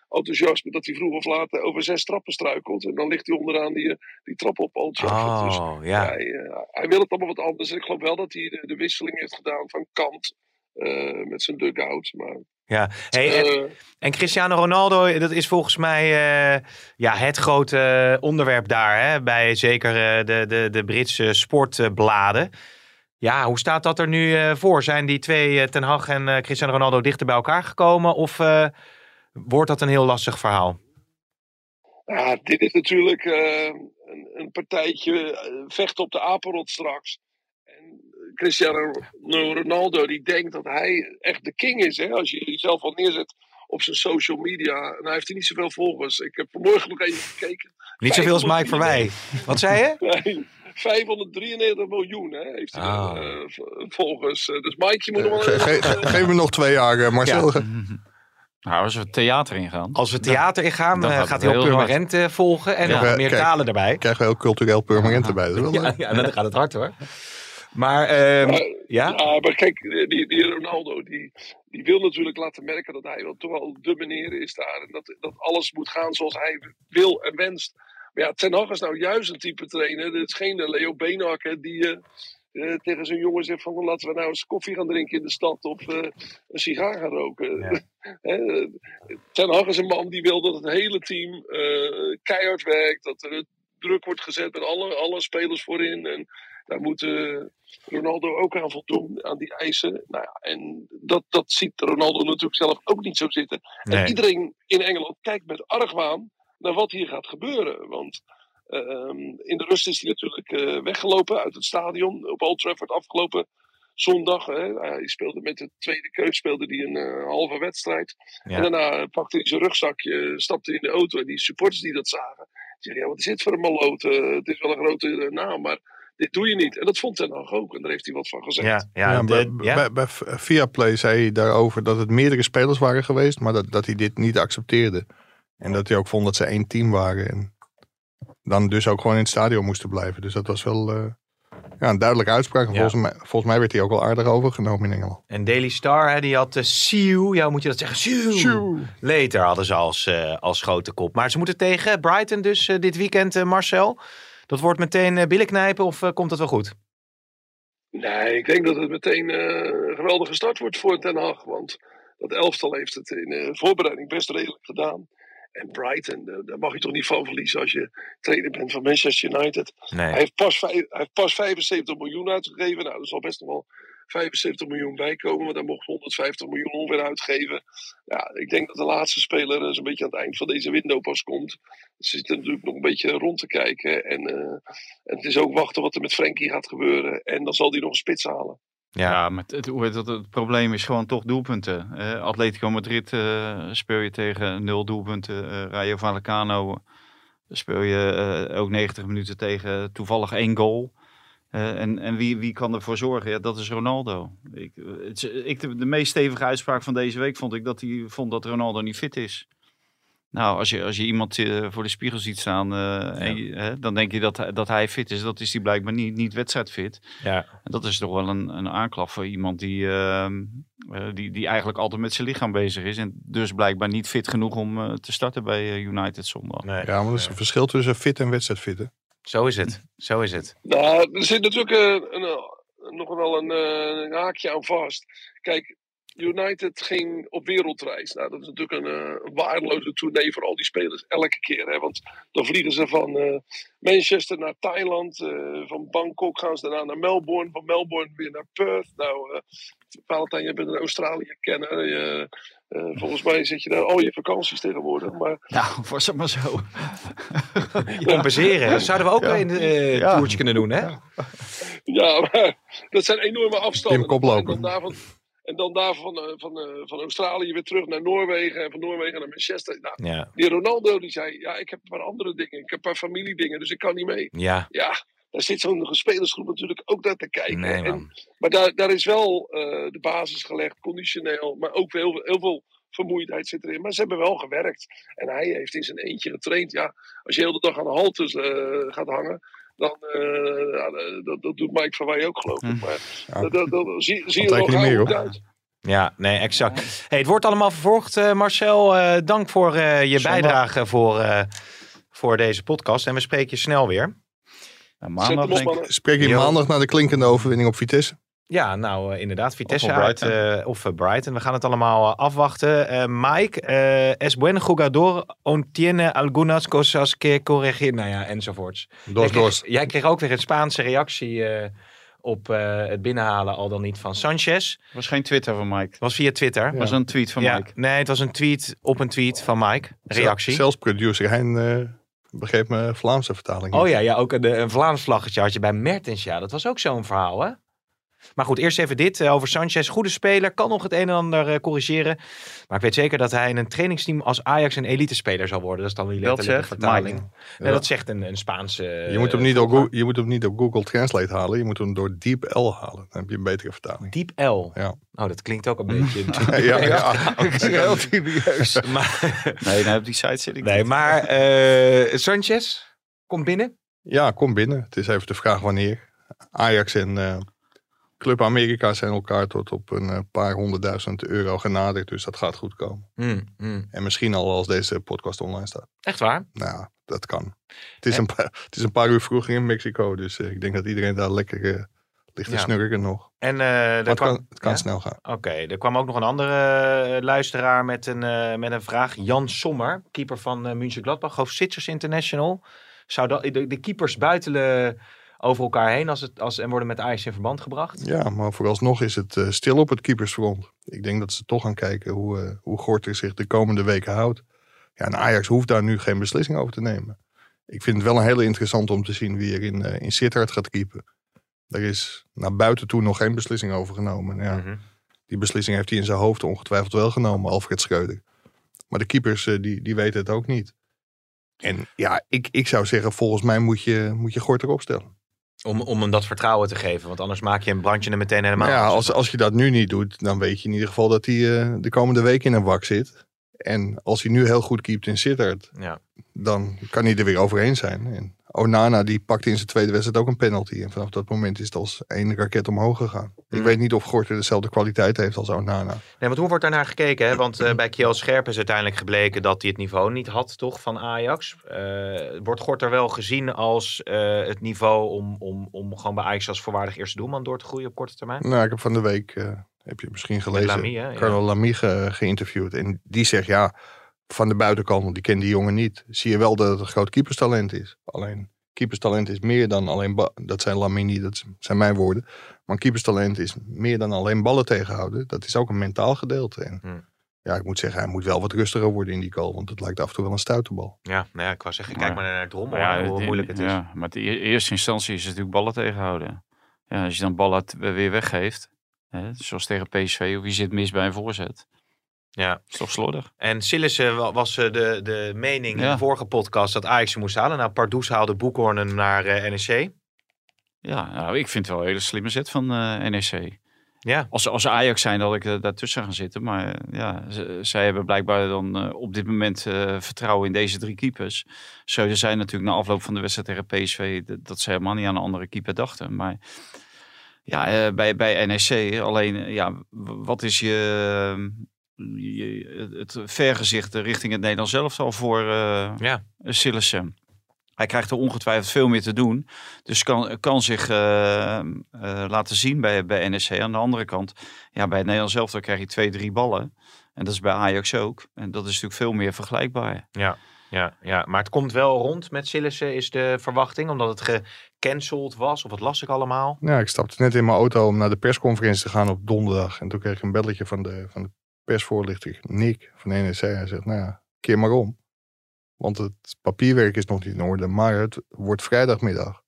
S7: enthousiasme dat hij vroeg of laat eh, over zes trappen struikelt. En dan ligt hij onderaan die, eh, die trap op Old Trafford. Dus
S2: Oh, ja.
S7: hij, eh, hij wil het allemaal wat anders. En ik geloof wel dat hij de, de wisseling heeft gedaan van Kant eh, met zijn dugout. Maar,
S2: ja. Hey, en-
S7: eh,
S2: En Cristiano Ronaldo, dat is volgens mij eh, ja, het grote eh, onderwerp daar. Hè? Bij zeker eh, de, de, de Britse sportbladen. Ja, hoe staat dat er nu eh, voor? Zijn die twee, eh, Ten Hag en eh, Cristiano Ronaldo, dichter bij elkaar gekomen? Of eh, wordt dat een heel lastig verhaal?
S7: ja, dit is natuurlijk eh, een, een partijtje eh, vechten op de apenrot straks. En Cristiano Ronaldo die denkt dat hij echt de king is. Hè? Als je jezelf al neerzet op zijn social media. En hij heeft er niet zoveel volgers. Ik heb vanmorgen nog even gekeken.
S2: Niet zoveel als Mike Verwij. Wat zei je?
S7: Nee, 593 miljoen hè, heeft hij
S2: Ah.
S7: eh, v- volgers. Eh, Dus Mike, je moet nog wel
S3: Ge- ge- ge- geef me nog twee jaar, eh, Marcel.
S4: Nou, als we het theater ingaan.
S2: Als we theater ingaan,
S4: Dan
S2: eh,
S4: gaat
S2: gaat
S4: het
S2: hij ook
S4: heel hard.
S2: permanent eh, volgen. En
S4: Ja.
S2: nog
S3: Ja,
S2: meer
S3: kijk.
S2: talen erbij.
S3: Krijgen we heel cultureel permanent erbij. Dat is wel
S2: Ja,
S3: leuk.
S2: ja, dan gaat het hard hoor. Maar, ehm,
S7: Maar-
S2: ja?
S7: Ja, maar kijk, eh, die, die Ronaldo die, die wil natuurlijk laten merken dat hij wel toch wel de meneer is daar. En dat, dat alles moet gaan zoals hij wil en wenst. Maar ja, Ten Hag is nou juist een type trainer. Het is geen eh, Leo Beenhak hè, die eh, eh, tegen zijn jongen zegt van laten we nou eens koffie gaan drinken in de stad of eh, een sigaar gaan roken.
S2: Ja.
S7: Hè, eh, Ten Hag is een man die wil dat het hele team eh, keihard werkt. Dat er druk wordt gezet met alle, alle spelers voorin. En daar moet eh, Ronaldo ook aan voldoen, aan die eisen. Nou ja, en dat, dat ziet Ronaldo natuurlijk zelf ook niet zo zitten. En
S2: Nee.
S7: iedereen in Engeland kijkt met argwaan naar wat hier gaat gebeuren. Want eh, ehm, in de rust is hij natuurlijk eh, weggelopen uit het stadion. Op Old Trafford afgelopen zondag. Hè. eh, Hij speelde met de tweede keus speelde hij een eh, halve wedstrijd.
S2: Ja.
S7: En daarna eh, pakte hij zijn rugzakje, eh, stapte in de auto. En die supporters die dat zagen, die zeggen, ja, wat is dit voor een maloot? Eh, het is wel een grote eh, naam, maar dit doe je niet. En dat vond Ten Hag ook. En daar heeft hij wat van gezegd.
S2: Ja, ja,
S3: Ja,
S2: de-
S3: bij,
S2: ja?
S3: bij, bij F- Viaplay zei hij daarover dat het meerdere spelers waren geweest, maar dat, dat hij dit niet accepteerde. En dat hij ook vond dat ze één team waren. En dan dus ook gewoon in het stadion moesten blijven. Dus dat was wel eh, ja, een duidelijke uitspraak. En
S2: Ja.
S3: Volgens, mij, volgens mij werd hij ook wel aardig overgenomen in Engeland.
S2: En Daily Star, hè, die had eh, Siu, ja, hoe moet je dat zeggen? Siu. Later hadden ze als, eh, als grote kop. Maar ze moeten tegen Brighton dus eh, dit weekend, eh, Marcel. Dat wordt meteen eh, billen knijpen of eh, komt dat wel goed?
S7: Nee, ik denk dat het meteen eh, een geweldige start wordt voor Ten Hag. Want dat elftal heeft het in eh, voorbereiding best redelijk gedaan. En Brighton, eh, daar mag je toch niet van verliezen als je trainer bent van Manchester United.
S2: Nee.
S7: Hij heeft, pas vijf- hij heeft pas 75 miljoen uitgegeven. Nou, er zal best nog wel 75 miljoen bij komen. Want hij mocht 150 miljoen ongeveer uitgeven. Ja, ik denk dat de laatste speler eh, zo'n beetje aan het eind van deze window pas komt. Ze zitten natuurlijk nog een beetje rond te kijken. En, eh, en het is ook wachten wat er met Frenkie gaat gebeuren. En dan zal hij nog een spits halen.
S2: Ja.
S4: Ja, maar het, het, hoe heet dat, het probleem is gewoon toch doelpunten. Eh, Atletico Madrid eh, speel je tegen nul doelpunten. Eh, Rayo Vallecano speel je eh, ook 90 minuten tegen toevallig één goal. Eh, en en wie, wie kan ervoor zorgen? Ja, dat is Ronaldo. Ik, eh, het is- ik, de, de meest stevige uitspraak van deze week vond ik dat hij vond dat Ronaldo niet fit is. Nou, als je, als je iemand eh, voor de spiegel ziet staan, eh, en je- hè, dan denk je dat, hij- dat hij fit is. Dat is hij blijkbaar niet, niet wedstrijdfit. En Dat is toch wel een, een aanklacht voor iemand die, ehm, eh, die, die eigenlijk altijd met zijn lichaam bezig is. En dus blijkbaar niet fit genoeg om eh, te starten bij eh, United zondag.
S2: Nee.
S3: Ja, maar dat is een verschil tussen fit en wedstrijdfit. hè?
S2: Zo is het. Zo is het.
S7: Nou, er zit natuurlijk eh, een, eh, nog wel een, eh, een haakje aan vast. Kijk, United ging op wereldreis. Nou, dat is natuurlijk een eh, een waardeloze tournee voor al die spelers. Elke keer. Hè? Want dan vliegen ze van eh, Manchester naar Thailand. eh, van Bangkok gaan ze daarna naar Melbourne. Van Melbourne weer naar Perth. Nou, eh Valentijn, je bent een Australië kenner. volgens mij zit je daar al je vakanties tegenwoordig. Maar
S4: Nou, was dat maar zo.
S2: Compenseren. Dat zouden we ook in de eh,
S4: Ja.
S2: toertje kunnen doen, hè?
S7: Ja, maar dat zijn enorme afstanden.
S3: Tim Koploper.
S7: En dan daarvan, en dan daarvan eh, van, eh, van Australië weer terug naar Noorwegen. En van Noorwegen naar Manchester. Nou,
S2: Ja.
S7: die Ronaldo die zei, ja, ik heb een paar andere dingen. Ik heb een paar familiedingen, dus ik kan niet mee.
S2: Ja.
S7: Ja, daar zit zo'n spelersgroep natuurlijk ook naar te kijken.
S2: Nee,
S7: En-
S2: man.
S7: maar daar, daar is wel eh, de basis gelegd, conditioneel. Maar ook heel, heel veel vermoeidheid zit erin. Maar ze hebben wel gewerkt. En hij heeft in zijn eentje getraind. Ja, als je heel de dag aan haltes eh, gaat hangen. Dan, eh, ja, dat, dat doet Mike van Wij ook geloof ik. Maar
S3: Hm. Ja.
S7: dat, dat, dat- zie, zie je
S3: Dat lijkt
S7: wel
S3: niet
S7: gauw
S3: meer,
S7: hoe het
S3: hoor.
S7: uit.
S2: Ja, nee, exact. Hey, het wordt allemaal vervolgd, eh, Marcel. Eh, dank voor eh, je
S4: Zondag.
S2: bijdrage voor, eh, voor deze podcast. En we spreken je snel weer.
S4: Nou,
S7: Zet hem
S4: maandag
S7: op,
S4: denk ik.
S7: mannen.
S3: Spreek je
S2: Jo.
S3: maandag naar de klinkende overwinning op Vitesse?
S2: Ja, nou eh, inderdaad, Vitesse
S4: Of
S2: of
S4: een
S2: Brighton.
S4: Brighton.
S2: uit eh, of eh, Brighton. We gaan het allemaal eh, afwachten. Eh, Mike, eh, es buen jugador, on tiene algunas cosas que corregir. Nou ja, enzovoorts.
S3: Dos,
S2: jij,
S3: dos.
S2: kreeg, jij kreeg ook weer een Spaanse reactie eh, op eh, het binnenhalen, al dan niet van Sanchez.
S4: was geen Twitter van Mike.
S2: was via Twitter.
S4: was een tweet van
S2: Ja,
S4: Mike.
S2: Nee, het was een tweet op een tweet van Mike. Reactie.
S3: Zelfs producer Hein eh, begreep mijn Vlaamse vertaling.
S2: eh, Oh ja, ja ook een, een Vlaams vlaggetje had je bij Mertens. Ja, dat was ook zo'n verhaal, hè? Maar goed, eerst even dit eh, over Sanchez. Goede speler, kan nog het een en ander eh, corrigeren. Maar ik weet zeker dat hij in een trainingsteam als Ajax een elitespeler zal worden. Dat is dan die
S4: Dat
S2: letterlijke
S4: zegt
S2: vertaling. Nee,
S3: Ja.
S2: dat zegt een, een Spaanse... eh,
S3: Je moet, hem niet op Google, je moet hem niet op Google Translate halen. Je moet hem door Deep L halen. Dan heb je een betere vertaling.
S2: Diep L.
S3: Ja.
S2: Oh, dat klinkt ook een beetje...
S3: Ja, ja, ja.
S2: Heel dubieus. Maar,
S4: Nee, nee, op die site zit ik
S2: nee,
S4: niet.
S2: maar eh, Sanchez komt binnen.
S3: Ja, kom binnen. Het is even de vraag wanneer. Ajax en eh, Club Amerika zijn elkaar tot op een eh, paar honderdduizend euro genaderd. Dus dat gaat goed komen.
S2: Hmm, hmm.
S3: En misschien al als deze podcast online staat.
S2: Echt waar?
S3: Nou, dat kan. Het is, een paar, het is een paar uur vroeger in Mexico. Dus eh, ik denk dat iedereen daar lekker eh, ligt te
S2: Ja.
S3: snurken nog.
S2: En eh, er
S3: Maar het
S2: kwam-
S3: kan, het kan
S2: Ja?
S3: snel gaan.
S2: Oké, er kwam ook nog een andere eh, luisteraar met een, eh, met een vraag. Jan Sommer, keeper van eh München Gladbach, Sitters International. Zou dat, de, de keepers buitelen over elkaar heen als het, als, en worden met Ajax in verband gebracht?
S3: Ja, maar vooralsnog is het eh, stil op het keepersfront. Ik denk dat ze toch gaan kijken hoe, eh hoe Gorter zich de komende weken houdt. Ja, en Ajax hoeft daar nu geen beslissing over te nemen. Ik vind het wel een hele interessant om te zien wie er in, eh in Sittard gaat keepen. Daar is naar buiten toe nog geen beslissing over genomen. Ja,
S2: Mhm.
S3: Die beslissing heeft hij in zijn hoofd ongetwijfeld wel genomen, Alfred Schreuder. Maar de keepers, eh, die, die weten het ook niet. En ja, ik, ik zou zeggen, volgens mij moet je, moet je Gorter opstellen.
S2: Om, om hem dat vertrouwen te geven, want anders maak je een brandje er meteen helemaal
S3: Maar Nou ja,
S2: af.
S3: als, als je dat nu niet doet, dan weet je in ieder geval dat hij eh, de komende week in een wak zit. En als hij nu heel goed keept in Sittard,
S2: Ja.
S3: dan kan hij er weer overheen zijn. En Onana die pakte in zijn tweede wedstrijd ook een penalty. En vanaf dat moment is het als één raket omhoog gegaan.
S2: Mm.
S3: Ik weet niet of Gorter dezelfde kwaliteit heeft als Onana.
S2: Nee, want hoe wordt daarnaar gekeken? Hè? Want eh, bij Kiel Scherp is uiteindelijk gebleken dat hij het niveau niet had, toch, van Ajax. Eh, wordt Gorter wel gezien als eh, het niveau om, om, om gewoon bij Ajax als voorwaardig eerste doelman door te groeien op korte termijn?
S3: Nou, ik heb van de week, eh, heb je misschien gelezen,
S2: Lamy, hè? Ja.
S3: Carlo Lamy ge- geïnterviewd. En die zegt, ja, van de buitenkant, want die kent die jongen niet. Zie je wel dat het een groot keeperstalent is. Alleen, keeperstalent is meer dan alleen... ba- Dat zijn Lamy niet, dat zijn mijn woorden. Maar keeperstalent is meer dan alleen ballen tegenhouden. Dat is ook een mentaal gedeelte. En
S2: Hmm.
S3: ja, ik moet zeggen, hij moet wel wat rustiger worden in die goal. Want het lijkt af en toe wel een stuiterbal.
S2: Ja, nou ja, ik wou zeggen,
S4: Maar-
S2: kijk maar naar het rommel,
S4: Maar ja,
S2: hoe
S4: die-
S2: moeilijk het is.
S4: Ja, maar in eerste instantie is het natuurlijk ballen tegenhouden. Ja, als je dan ballen t- weer weggeeft, hè, zoals tegen PSV, of je zit mis bij een voorzet.
S2: Ja.
S4: Is toch slordig?
S2: En Sillissen wa- was eh, de, de mening in
S4: Ja.
S2: de vorige podcast dat Ajax hem moest halen. Nou, Pardoes haalde Boekhorn hem naar eh, NEC.
S4: Ja, nou, ik vind het wel een hele slimme zet van eh, NEC.
S2: Ja.
S4: Als, als Ajax zijn dat ik eh, daartussen gaan zitten. Maar eh, ja, z- zij hebben blijkbaar dan eh, op dit moment eh, vertrouwen in deze drie keepers. Zo er zijn natuurlijk na afloop van de wedstrijd tegen PSV d- dat ze helemaal niet aan een andere keeper dachten. Maar ja, eh, bij, bij NEC alleen, eh, ja, w- wat is je, eh, je- het vergezicht richting het Nederlands zelf al voor eh
S2: Ja.
S4: Sillissen? Hij krijgt er ongetwijfeld veel meer te doen. Dus kan, kan zich eh, eh, laten zien bij, bij NEC. Aan de andere kant, ja, bij het Nederlands elftal krijg je twee, drie ballen. En dat is bij Ajax ook. En dat is natuurlijk veel meer vergelijkbaar.
S2: Ja, ja, maar het komt wel rond met Sillissen, is de verwachting. Omdat het gecanceld was, of wat las ik allemaal.
S3: Ja, ik stapte net in mijn auto om naar de persconferentie te gaan op donderdag. En toen kreeg ik een belletje van de, van de persvoorlichter, Nick van NEC. Hij zegt, nou ja, keer maar om. Want het papierwerk is nog niet in orde, maar het wordt vrijdagmiddag.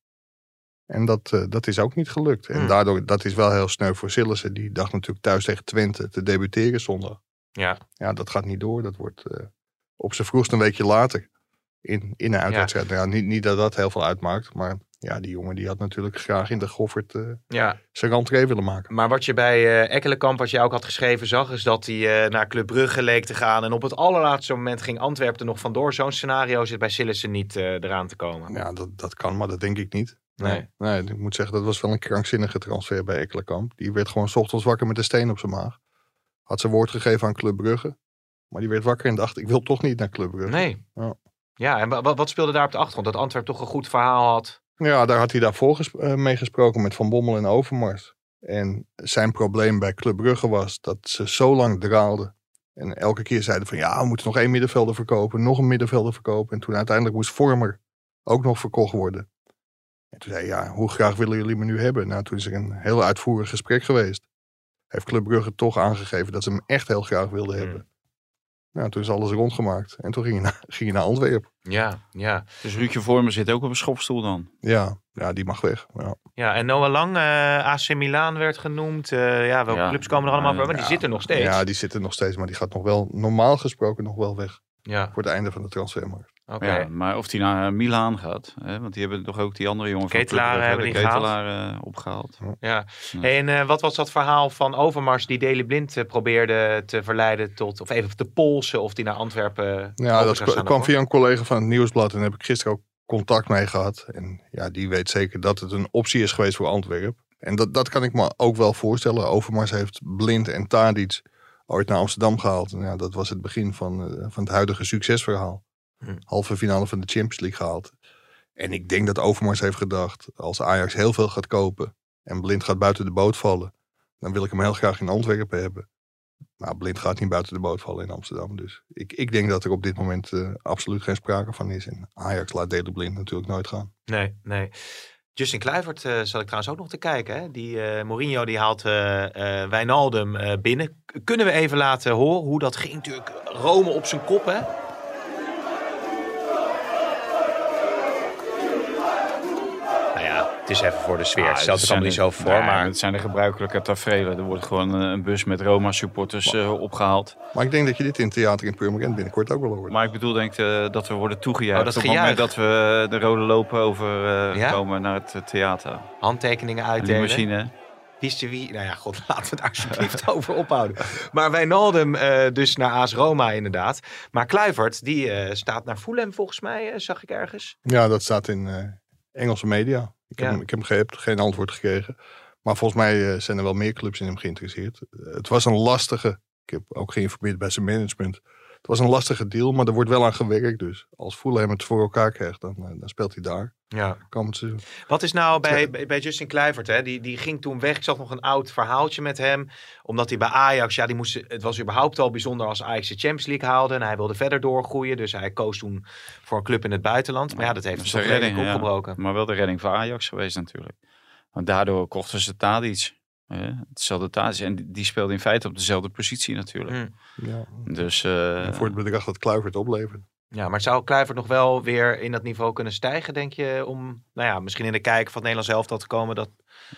S3: En dat, eh, dat is ook niet gelukt. En
S2: Hmm.
S3: daardoor, dat is wel heel sneu voor Sillissen. Die dacht natuurlijk thuis tegen Twente te debuteren zondag.
S2: Ja.
S3: Ja, dat gaat niet door. Dat wordt eh, op zijn vroegst een weekje later. In, in een uitwedstrijd. Nou Ja. niet, niet dat dat heel veel uitmaakt. Maar ja, die jongen die had natuurlijk graag in de Goffert eh,
S2: Ja,
S3: zijn rentree willen maken.
S2: maar wat je bij eh Ekkelenkamp, wat jij ook had geschreven, zag, is dat hij eh, naar Club Brugge leek te gaan. En op het allerlaatste moment ging Antwerpen er nog vandoor. Zo'n scenario zit bij Sillissen niet eh, eraan te komen.
S3: Ja, dat, dat kan, maar dat denk ik niet.
S2: Nee.
S3: nee. Ik moet zeggen, dat was wel een krankzinnige transfer bij Ekkelenkamp. Die werd gewoon 's ochtends wakker met een steen op zijn maag. Had zijn woord gegeven aan Club Brugge. Maar die werd wakker en dacht, ik wil toch niet naar Club Brugge.
S2: Nee.
S3: Ja.
S2: Ja, en wa- wa- wat speelde daar op de achtergrond? Dat Antwerpen toch een goed verhaal had.
S3: Ja, daar had hij daarvoor ges- eh, mee gesproken met Van Bommel en Overmars. En zijn probleem bij Club Brugge was dat ze zo lang draalden. En elke keer zeiden van ja, we moeten nog één middenvelder verkopen, nog een middenvelder verkopen. En toen uiteindelijk moest Vormer ook nog verkocht worden. En toen zei hij, ja, hoe graag willen jullie me nu hebben? Nou, toen is er een heel uitvoerig gesprek geweest. Heeft Club Brugge toch aangegeven dat ze hem echt heel graag wilden
S2: Hmm.
S3: hebben. Nou, toen is alles rondgemaakt. En toen ging hij naar, ging hij naar Antwerpen.
S2: Ja, ja.
S4: Dus Ruudje Vormer zit ook op een schopstoel dan.
S3: Ja, Ja, die mag weg. Ja.
S2: Ja, en Noah Lang, eh, AC Milan werd genoemd. Eh, ja, welke
S4: Ja.
S2: clubs komen er allemaal
S4: Eh,
S2: voor? Maar die
S3: ja.
S2: zitten nog steeds.
S3: ja, die zit er nog steeds, maar die gaat nog wel, normaal gesproken, nog wel weg.
S2: Ja,
S3: Voor het einde van de transfermarkt.
S2: oké.
S4: Ja, maar of die naar eh, Milaan gaat, hè? want die hebben toch ook die andere jongen van
S2: Ketelaar
S4: Club Brugge,
S2: hebben
S4: de
S2: die gehaald.
S4: Ketelaar, eh, opgehaald.
S2: Ja. Hey, en eh, wat was dat verhaal van Overmars die Deli Blind eh, probeerde te verleiden tot, of even te polsen of die naar Antwerpen eh,
S3: Ja, Oh, dat
S2: over zou
S3: kwa-
S2: staan
S3: kwam
S2: ook?
S3: via een collega van het Nieuwsblad. En daar heb ik gisteren ook contact mee gehad. En ja, die weet zeker dat het een optie is geweest voor Antwerpen. En dat, dat kan ik me ook wel voorstellen. Overmars heeft Blind en Tadic ooit naar Amsterdam gehaald. En ja, dat was het begin van, eh, van het huidige succesverhaal.
S2: Hm.
S3: Halve finale van de Champions League gehaald. En ik denk dat Overmars heeft gedacht... als Ajax heel veel gaat kopen en Blind gaat buiten de boot vallen... dan wil ik hem heel graag in Antwerpen hebben. Nou, Blind gaat niet buiten de boot vallen in Amsterdam. Dus ik, ik denk dat er op dit moment eh, absoluut geen sprake van is. En Ajax laat Dele Blind natuurlijk nooit gaan.
S2: Nee, nee. Justin Kluivert eh zat ik trouwens ook nog te kijken. Hè? Die eh, Mourinho die haalt eh, eh, Wijnaldum eh, binnen. K- Kunnen we even laten horen hoe dat ging? Natuurlijk Rome op zijn kop, hè? Nou ja, het is even voor de sfeer.
S4: Ja,
S2: het stelt
S4: het
S2: het allemaal niet
S4: Ah, zijn
S2: zo
S4: de-
S2: voor,
S4: nee,
S2: maar...
S4: Het zijn de gebruikelijke tafereelen. Er wordt gewoon eh, een bus met Roma-supporters eh, opgehaald.
S3: Maar ik denk dat je dit in het theater in Purmerend binnenkort ook wel hoort.
S4: Maar ik bedoel denk eh, dat we worden toegejuicht
S2: Oh, dat
S4: op het moment
S2: gejuich.
S4: dat we eh, de rode lopen overkomen
S2: Ja?
S4: komen naar het eh, theater. En
S2: Handtekeningen
S4: Die
S2: uitdelen.
S4: machine.
S2: Wist je wie? Nou ja, god, laten we het alsjeblieft over ophouden. Maar Wijnaldum eh, dus naar AS Roma inderdaad. Maar Kluivert, die eh, staat naar Fulham volgens mij, eh, zag ik ergens.
S3: Ja, dat staat in eh, Engelse media. Ik heb,
S2: Ja.
S3: hem, ik heb hem geappt, geen antwoord gekregen. Maar volgens mij eh, zijn er wel meer clubs in hem geïnteresseerd. Eh, het was een lastige, ik heb ook geïnformeerd bij zijn management. Het was een lastige deal, maar er wordt wel aan gewerkt. Dus als Fulham het voor elkaar krijgt, dan, eh, dan speelt hij daar.
S2: Ja.
S3: Komend seizoen.
S2: Wat is nou bij, bij bij Justin Kluivert, hè? Die, die ging toen weg. Ik zag nog een oud verhaaltje met hem. Omdat hij bij Ajax, ja, die moest, het was überhaupt al bijzonder als Ajax de Champions League haalde. En hij wilde verder doorgroeien. Dus hij koos toen voor een club in het buitenland. Maar ja, dat heeft hem
S4: Dat is
S2: toch
S4: de redding,
S2: redelijk
S4: ja.
S2: opgebroken.
S4: Maar wel de redding van Ajax geweest natuurlijk. Want daardoor kochten ze Tadic. Hè? Hetzelfde Tadic. En die- die speelde in feite op dezelfde positie natuurlijk.
S2: Mm.
S3: Ja.
S4: Dus eh,
S3: voor het bedrag dat Kluivert oplevert.
S2: Ja, maar zou Kluivert nog wel weer in dat niveau kunnen stijgen, denk je? Om, nou ja, misschien in de kijk van het Nederlands elftal te komen. Dat...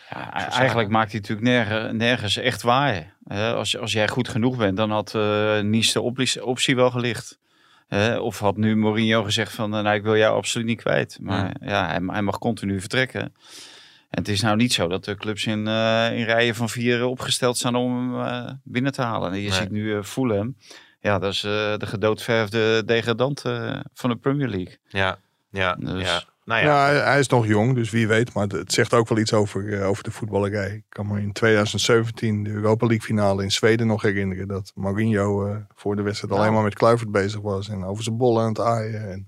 S4: ja, e- eigenlijk maakt hij natuurlijk nergens, nergens echt waar. Hè? Als, als jij goed genoeg bent, dan had eh Nies de optie, optie wel gelicht. Hè? of had nu Mourinho gezegd van, eh, nou, ik wil jou absoluut niet kwijt. Maar ja, hij, hij mag continu vertrekken. En het is nou niet zo dat de clubs in, eh, in rijen van vier opgesteld staan om hem eh, binnen te halen. En je
S2: Nee.
S4: ziet nu eh, Fulham. Ja, dat is eh, de gedoodverfde degradant eh, van de Premier League.
S2: Ja, ja,
S4: Dus-
S2: ja. Nou ja,
S3: Ja, hij- hij is nog jong, dus wie weet. Maar het zegt ook wel iets over, eh, over de voetballerij. Ik kan me in 2017 de Europa League finale in Zweden nog herinneren. Dat Mourinho eh, voor de wedstrijd
S2: Nou.
S3: alleen maar met Kluivert bezig was. En over zijn bol aan het aaien. En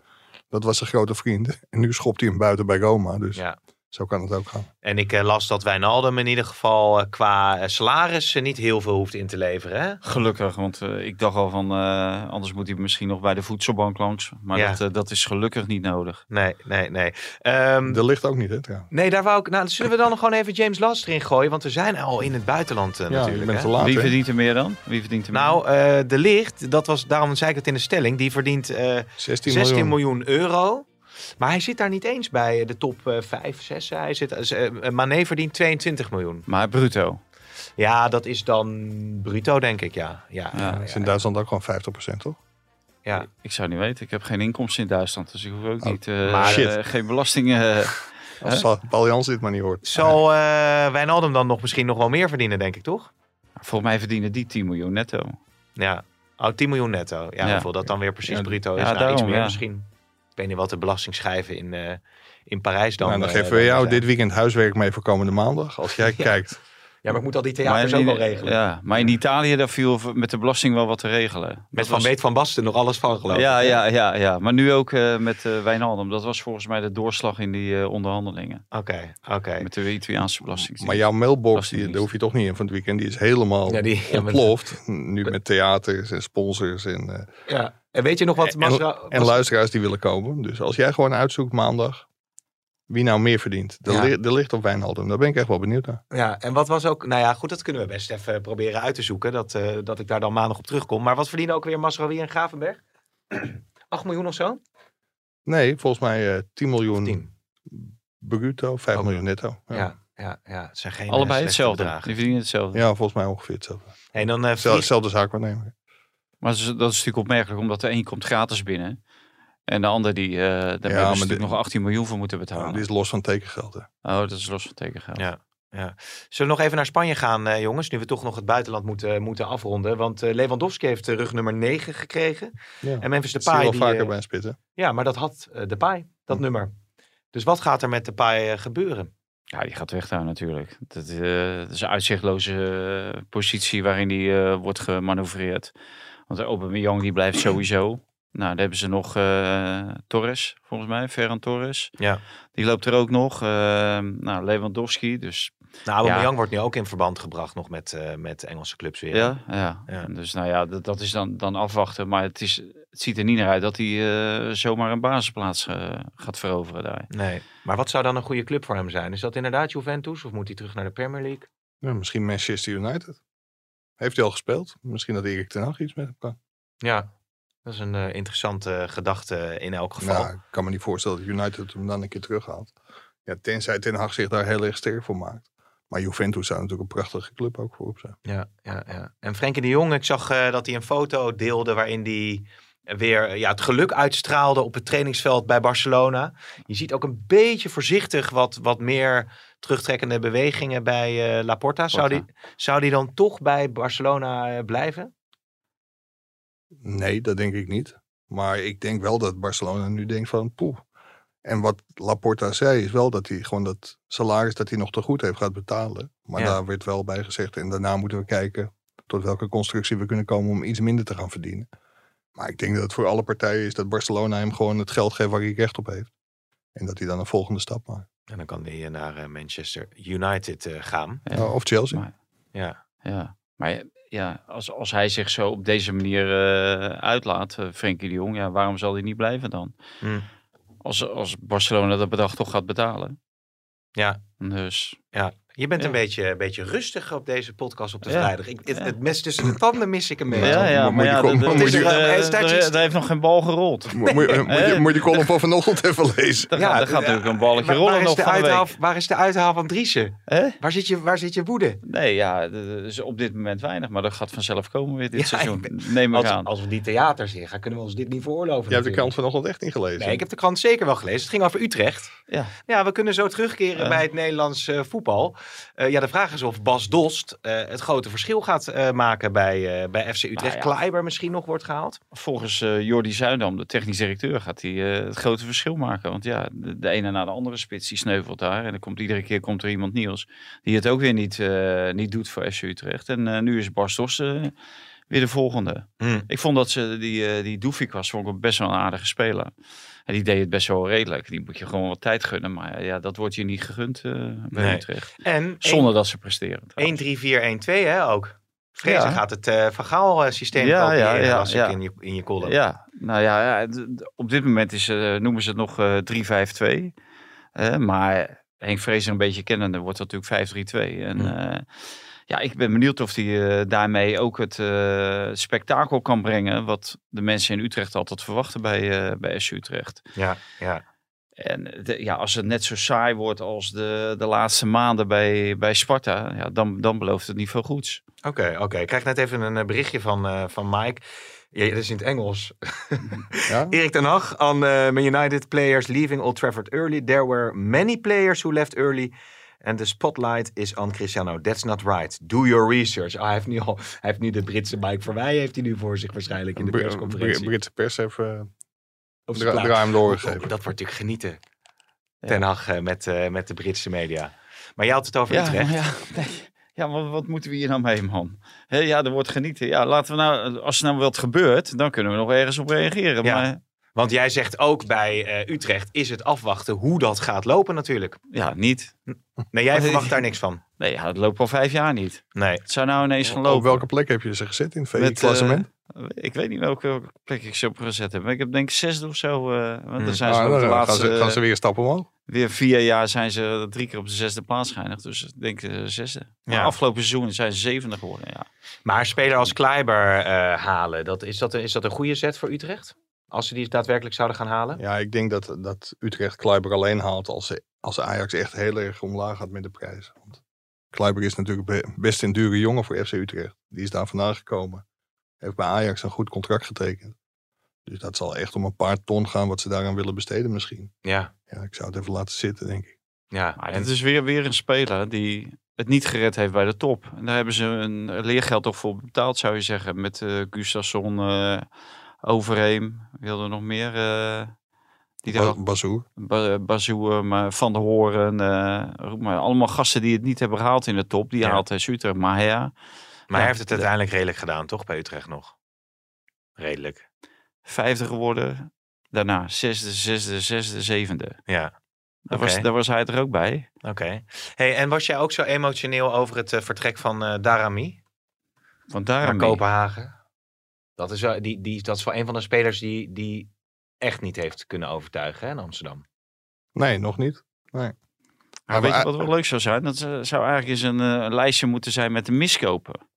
S3: dat was zijn grote vriend. En nu schopt hij hem buiten bij Roma. Dus
S2: Ja.
S3: zo kan het ook gaan.
S2: En ik eh, las dat Wijnaldum in ieder geval eh, qua eh, salaris eh, niet heel veel hoeft in te leveren. Hè?
S4: Gelukkig, want eh, ik dacht al van, eh, anders moet hij misschien nog bij de voedselbank langs. Maar
S2: Ja.
S4: dat, eh, dat is gelukkig niet nodig.
S2: Nee, nee, nee. Ehm,
S3: Dat ligt ook niet, hè, trouwens.
S2: nee, daar wou ik. Nou, zullen we dan nog gewoon even James Last erin gooien? Want we zijn al in het buitenland eh,
S3: Ja, je
S2: natuurlijk.
S3: bent te
S2: Hè?
S3: laat,
S4: Wie
S3: hè?
S4: verdient er meer dan? Wie verdient er meer?
S2: Nou, eh, de licht, dat was, daarom zei ik het in de stelling, die verdient eh
S3: 16 miljoen.
S2: 16 miljoen euro. Maar hij zit daar niet eens bij eh, de top eh, 5, 6. Hij zit, eh, Mané verdient 22 miljoen.
S4: maar bruto.
S2: Ja, dat is dan bruto, denk ik. Ja, ja,
S4: Ja,
S2: ja,
S3: Dat is
S2: ja,
S3: in Duitsland ook gewoon 50%, toch?
S2: ja.
S4: Ik zou niet weten, ik heb geen inkomsten in Duitsland. Dus ik hoef ook
S3: Oh,
S4: niet, eh,
S2: maar-
S4: eh, geen belastingen. eh,
S3: Als Sa- Paul Jans dit maar niet hoort.
S2: Zal eh Wijnaldum dan nog misschien nog wel meer verdienen, denk ik, toch?
S4: volgens mij verdienen die 10 miljoen netto.
S2: Ja. Oh, 10 miljoen netto. Ja,
S4: Ja.
S2: hoeveel dat dan weer precies
S3: Ja,
S2: bruto is.
S4: ja,
S2: nou, iets
S4: daarom,
S2: meer
S4: ja.
S2: misschien. Ik weet niet wat de belastingschijven in, eh, in Parijs dan...
S3: Nou, dan
S2: eh,
S3: geven we jou
S2: zijn.
S3: dit weekend huiswerk mee voor komende maandag. Als jij
S2: Ja.
S3: kijkt.
S2: Ja, maar ik moet al die
S4: maar,
S2: theaters
S4: in-
S2: ook wel regelen.
S4: Ja, maar in Italië daar viel v- met de belasting wel wat te regelen.
S2: Met
S4: Dat
S2: Van
S4: was-
S2: Beet van Basten nog alles van, geloof ik.
S4: Ja,
S2: hè?
S4: ja, ja, ja. Maar nu ook eh, met eh, Wijnaldum. Dat was volgens mij de doorslag in die eh, onderhandelingen.
S2: Oké, oké.
S4: Met de Italiaanse belasting.
S3: Maar jouw mailbox,
S4: Belastingdienst.
S3: die, daar hoef je toch niet in van het weekend. Die is helemaal
S2: Ja, die- ja, maar-
S3: ontploft. Nu met theaters en sponsors en, eh,
S2: Ja. En weet je nog wat... Masra-
S3: en luisteraars die willen komen. Dus als jij gewoon uitzoekt maandag wie nou meer verdient. De,
S2: Ja.
S3: li- de licht op Wijnaldum. Daar ben ik echt wel benieuwd naar.
S2: Ja, en wat was ook... Nou ja, goed, dat kunnen we best even proberen uit te zoeken. Dat, eh, dat ik daar dan maandag op terugkom. Maar wat verdienen ook weer Masraoui en Gravenberg? 8 miljoen of zo?
S3: Nee, volgens mij eh 10 miljoen
S2: 10.
S3: Bruto, 5
S2: Oh.
S3: miljoen netto. Ja. Ja.
S2: ja, ja. Het zijn geen eh,
S4: Allebei
S2: slechte
S4: hetzelfde.
S2: bedragen.
S4: Die verdienen hetzelfde.
S3: volgens mij ongeveer hetzelfde.
S2: En dan eh,
S3: Hetzelfde,
S2: vlieg-
S3: hetzelfde zaakwaarnemer.
S4: Maar dat is, dat is natuurlijk opmerkelijk, omdat de een komt gratis binnen. En de ander, die, eh daar hebben ze
S3: maar
S4: natuurlijk
S3: dit-
S4: nog 18 miljoen voor moeten betalen.
S3: Ja, die is los van tekengeld. hè.
S4: Oh, dat is los van tekengeld.
S2: Ja. Zullen we nog even naar Spanje gaan, eh, jongens? Nu we toch nog het buitenland moeten, eh, moeten afronden. Want eh, Lewandowski heeft eh, rug nummer 9 gekregen.
S3: Ja.
S2: En Memphis
S3: dat zie je
S2: Depay...
S3: wel
S2: die,
S3: vaker
S2: eh,
S3: bij Hm. een spitten.
S2: Ja, maar dat had eh, Depay, dat nummer. Dus wat gaat er met Depay eh, gebeuren?
S4: Ja, die gaat weg daar natuurlijk. Dat, eh, dat is een uitzichtloze eh, positie waarin die eh, wordt gemanoeuvreerd. Want Aubameyang die blijft sowieso. Nou, daar hebben ze nog eh, Torres, volgens mij. Ferran Torres.
S2: Ja.
S4: Die loopt er ook nog. Eh, nou, Lewandowski. Dus
S2: Nou, Aubameyang wordt nu ook in verband gebracht nog met, eh, met Engelse clubs weer.
S4: ja, ja.
S2: Ja.
S4: Dus nou ja, dat, dat is dan, dan afwachten. Maar het, is, het ziet er niet naar uit dat hij eh, zomaar een basisplaats eh, gaat veroveren daar.
S2: Nee. Maar wat zou dan een goede club voor hem zijn? Is dat inderdaad Juventus of moet hij terug naar de Premier League?
S3: Ja, misschien Manchester United. Heeft hij al gespeeld? Misschien dat Erik ten Hag iets met hem kan.
S2: Ja, dat is een eh, interessante gedachte in elk geval.
S3: Nou, ik kan me niet voorstellen dat United hem dan een keer terughaalt. Ja, tenzij Ten Hag zich daar heel erg sterk voor maakt. Maar Juventus zou natuurlijk een prachtige club ook voor op zijn.
S2: Ja, ja, ja. En Frenkie de Jong, ik zag eh, dat hij een foto deelde waarin hij weer eh, ja, het geluk uitstraalde op het trainingsveld bij Barcelona. Je ziet ook een beetje voorzichtig wat, wat meer terugtrekkende bewegingen bij eh Laporta. Zou die,
S4: Porta.
S2: zou die dan toch bij Barcelona eh, blijven?
S3: Nee, dat denk ik niet. Maar ik denk wel dat Barcelona nu denkt van poeh. En wat Laporta zei is wel dat hij gewoon dat salaris dat hij nog te goed heeft gaat betalen. Maar
S2: Ja.
S3: daar werd wel bij gezegd. En daarna moeten we kijken tot welke constructie we kunnen komen om iets minder te gaan verdienen. Maar ik denk dat het voor alle partijen is dat Barcelona hem gewoon het geld geeft waar hij recht op heeft. En dat hij dan een volgende stap maakt.
S2: En dan kan hij eh, naar eh, Manchester United eh, gaan.
S4: Ja.
S3: Nou, of Chelsea.
S4: Maar-
S2: Ja,
S4: Ja, maar ja, ja, als, als hij zich zo op deze manier eh, uitlaat, eh, Frenkie de Jong, ja, waarom zal hij niet blijven dan?
S2: Hm.
S4: Als, als Barcelona dat bedrag toch gaat betalen.
S2: Ja.
S4: Dus
S2: ja. Je bent
S4: Ja.
S2: een, beetje, een beetje rustig op deze podcast op de
S4: Ja.
S2: vrijdag. Ik, het,
S4: Ja.
S2: het mes tussen de tanden mis ik een
S3: Ja,
S2: beetje.
S3: ja, maar moet je komen-
S4: dat- dat
S3: moet
S4: is
S3: je-
S4: er, eh,
S2: Hij is
S4: er-
S2: tijdjes-
S4: er heeft nog geen bal gerold.
S3: Mo- Moet, je, moet, je, moet je die column van vanochtend even lezen.
S4: Er
S2: Ja,
S4: gaat, er
S2: eh,
S4: gaat natuurlijk een balletje
S2: Waar-
S4: rollen
S2: waar, is
S4: nog
S2: de
S4: van de
S2: uithaal,
S4: week.
S2: waar is de uithaal van Driessen?
S4: Hè?
S2: Waar zit je, waar zit je woede?
S4: Nee, ja, dat is op dit moment weinig, maar dat gaat vanzelf komen weer dit
S2: Ja,
S4: seizoen.
S2: ik ben-
S4: Neem ik
S2: Als,
S4: aan.
S2: als we die theaters in gaan, kunnen we ons dit niet veroorloven.
S3: Je hebt de
S2: natuurlijk.
S3: krant vanochtend echt niet gelezen.
S2: Nee, ik heb de krant zeker wel gelezen. Het ging over Utrecht.
S4: Ja.
S2: Ja, we kunnen zo terugkeren
S4: Ja.
S2: bij het Nederlands eh, voetbal. Eh, ja, de vraag is of Bas Dost eh, het grote verschil gaat eh, maken bij, eh, bij FC Utrecht.
S4: Nou ja.
S2: Kleiber misschien nog wordt gehaald.
S4: Volgens eh, Jordi Zuidam, de technisch directeur, gaat hij eh, het grote verschil maken. Want ja, de, de ene na de andere spits die sneuvelt daar. En dan komt iedere keer komt er iemand nieuws die het ook weer niet, eh, niet doet voor FC Utrecht. En eh, nu is Barstos weer de volgende. Ik vond dat ze die, eh, die Doefik was, vond ik wel best wel een aardige speler. En die deed het best wel redelijk. Die moet je gewoon wat tijd gunnen. Maar ja, dat wordt je niet gegund eh, bij
S2: Nee.
S4: Utrecht.
S2: En
S4: Zonder dat ze presteren. trouwens.
S2: 1-3-4-1-2 hè ook. Vrezen
S4: Ja.
S2: gaat het eh Van Gaal eh, systeem
S4: Ja,
S2: kopiëren,
S4: ja, ja,
S2: las ik
S4: ja.
S2: in je, in je column.
S4: Ja, nou ja, ja, d- d- op dit moment is, eh, noemen ze het nog eh 3-5-2. Eh, maar Henk Vrezer een beetje kennende wordt dat natuurlijk 5-3-2. En
S2: Hmm.
S4: eh, ja, ik ben benieuwd of hij eh, daarmee ook het eh, spektakel kan brengen... wat de mensen in Utrecht altijd verwachten bij, eh bij SC Utrecht.
S2: ja, ja.
S4: En eh, de- ja, als het net zo saai wordt als de, de laatste maanden bij, bij Sparta... Ja, dan, dan belooft het niet veel goeds.
S2: Oké, oké. Ik krijg net even een eh, berichtje van, eh, van Mike. Ja, dat is in het Engels.
S3: Ja?
S2: Erik ten Hag, on eh, Man United players leaving Old Trafford early. There were many players who left early. And the spotlight is on Cristiano. That's not right. Do your research. Ah, hij, heeft nu al, hij heeft nu de Britse Mike Verwij heeft hij nu voor zich waarschijnlijk in de
S3: Br- Br-
S2: persconferentie.
S3: Britse pers eh, even
S2: Of zijn
S3: dra
S2: plaats.
S3: draai hem
S2: Oh,
S3: doorgegeven.
S2: dat wordt natuurlijk genieten. Ten Hag eh, met, eh, met de Britse media. Maar jij had het over Utrecht.
S4: Ja, nee. ja maar wat moeten we hier nou mee, man? Hé, ja, er wordt genieten. Ja, laten we nou, als er nou wat gebeurt, dan kunnen we nog ergens op reageren.
S2: Ja.
S4: Maar
S2: Want jij zegt ook bij eh, Utrecht is het afwachten hoe dat gaat lopen natuurlijk.
S4: ja, niet.
S2: Nee, jij verwacht daar niks van.
S4: Nee, ja, het loopt al vijf jaar niet.
S2: Nee.
S4: Het zou nou ineens gaan lopen.
S3: Op welke plek heb je ze gezet in het
S4: Met, eh,
S3: VE-klassement?
S4: ik weet niet welke plek ik ze op gezet heb. maar Ik heb denk ik zesde of zo. eh, want
S2: Hmm.
S4: dan
S3: Ah,
S4: zijn ze ook de
S3: nou, gaan,
S4: laatste... eh,
S3: ze, gaan ze weer stappen omhoog?
S4: Weer vier jaar zijn ze drie keer op de zesde plaats geëindigd. Dus ik denk eh, zesde. Maar
S2: Ja.
S4: afgelopen seizoen zijn ze zevende geworden, ja.
S2: Maar een speler als Kleiber eh, halen, dat, is, dat, een- is dat een goede zet voor Utrecht? Als ze die daadwerkelijk zouden gaan halen?
S3: Ja, ik denk dat, dat Utrecht Kluiber alleen haalt als, ze- als Ajax echt heel erg omlaag gaat met de prijs. Want Kluiber is natuurlijk be- best een dure jongen voor FC Utrecht. Die is daar vandaan gekomen. Heeft bij Ajax een goed contract getekend. Dus dat zal echt om een paar ton gaan wat ze daaraan willen besteden misschien.
S2: Ja.
S3: Ja, ik zou het even laten zitten, denk ik.
S2: ja.
S4: Maar
S2: En-
S4: het is weer, weer een speler die het niet gered heeft bij de top. En daar hebben ze een leergeld toch voor betaald, zou je zeggen. Met eh Gustafsson, eh, Overheem, wilde er nog meer. eh, die daar
S3: Ba- Bazoer.
S4: Ba- eh, Bazoer, maar Van der Horen, eh, roep maar, allemaal gasten die het niet hebben gehaald in de top. Die
S2: Ja.
S4: haalt eh, Suter, maar ja,
S2: Maar
S4: Ja.
S2: hij heeft het uiteindelijk redelijk gedaan, toch? Bij Utrecht nog. Redelijk.
S4: vijfde geworden. Daarna zesde, zesde, zesde, zevende.
S2: Ja.
S4: Daar,
S2: Oké.
S4: was, daar was hij er ook bij.
S2: Oké. Hey, en was jij ook zo emotioneel over het eh, vertrek van eh, Darami
S4: Want
S2: naar
S4: daarom
S2: Kopenhagen? Dat is, wel, die, die, dat is wel een van de spelers die, die echt niet heeft kunnen overtuigen hè, in Amsterdam.
S3: Nee, nog niet.
S4: Maar weet je
S3: Maar-
S4: wat wel leuk zou zijn? Dat eh, zou eigenlijk eens een, eh, een lijstje moeten zijn met de miskopen.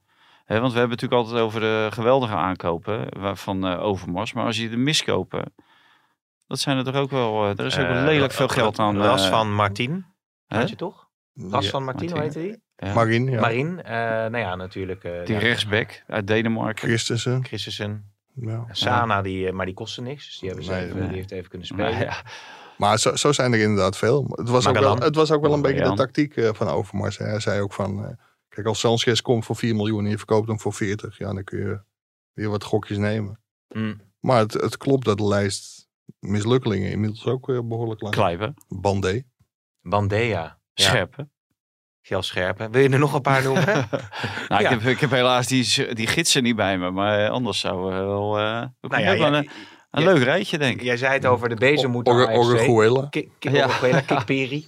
S4: Hè, want we hebben het natuurlijk altijd over de geweldige aankopen wa- van eh, Overmars. Maar als je de miskopen, dat zijn er toch ook wel... eh, er is ook wel
S2: Eh,
S4: lelijk
S2: eh,
S4: veel geld aan...
S2: Ras
S4: eh,
S2: van Martin,
S4: hè?
S2: had je toch? Ras van Martin, hoe heette
S4: Martin.
S2: die?
S4: Ja.
S3: Marin, ja.
S2: Marin, eh, nou ja, natuurlijk. eh,
S4: Die
S2: ja,
S4: rechtsback uit Denemarken.
S3: Christensen.
S2: Christensen,
S3: Ja.
S2: Sana, die, eh, maar die kostte niks. Dus die, hebben ze
S3: Nee,
S2: even,
S4: nee.
S2: die heeft even kunnen spelen.
S4: Maar ja,
S3: Maar zo, zo zijn er inderdaad veel. Maar Het was, ook wel,
S2: Magalan.
S3: het was ook wel een beetje de
S4: Magalan.
S3: tactiek eh, van Overmars. hè. Hij zei ook van, eh, kijk als Sanchez komt voor 4 miljoen en je verkoopt hem voor 40. Ja, dan kun je weer wat gokjes nemen.
S2: Mm.
S3: Maar het, het klopt dat de lijst mislukkelingen inmiddels ook eh, behoorlijk lang.
S4: Kleiber,
S3: Bandé.
S2: Bandea. Ja,
S4: Scherpen.
S2: Gel Scherpen. Wil je er nog een paar noemen?
S4: Nou,
S2: Ja.
S4: ik, heb, ik heb helaas die, die gidsen niet bij me, maar eh, anders zou er wel... eh we
S2: Nou
S4: komen
S2: ja,
S4: wel
S2: jij,
S4: een, een leuk rijtje, denk ik.
S2: jij zei het over de bezem moeten
S3: Or-
S2: naar AFC.
S3: Origuela.
S2: Kik- Kik-
S4: Ja.
S2: Origuela, Kikperi.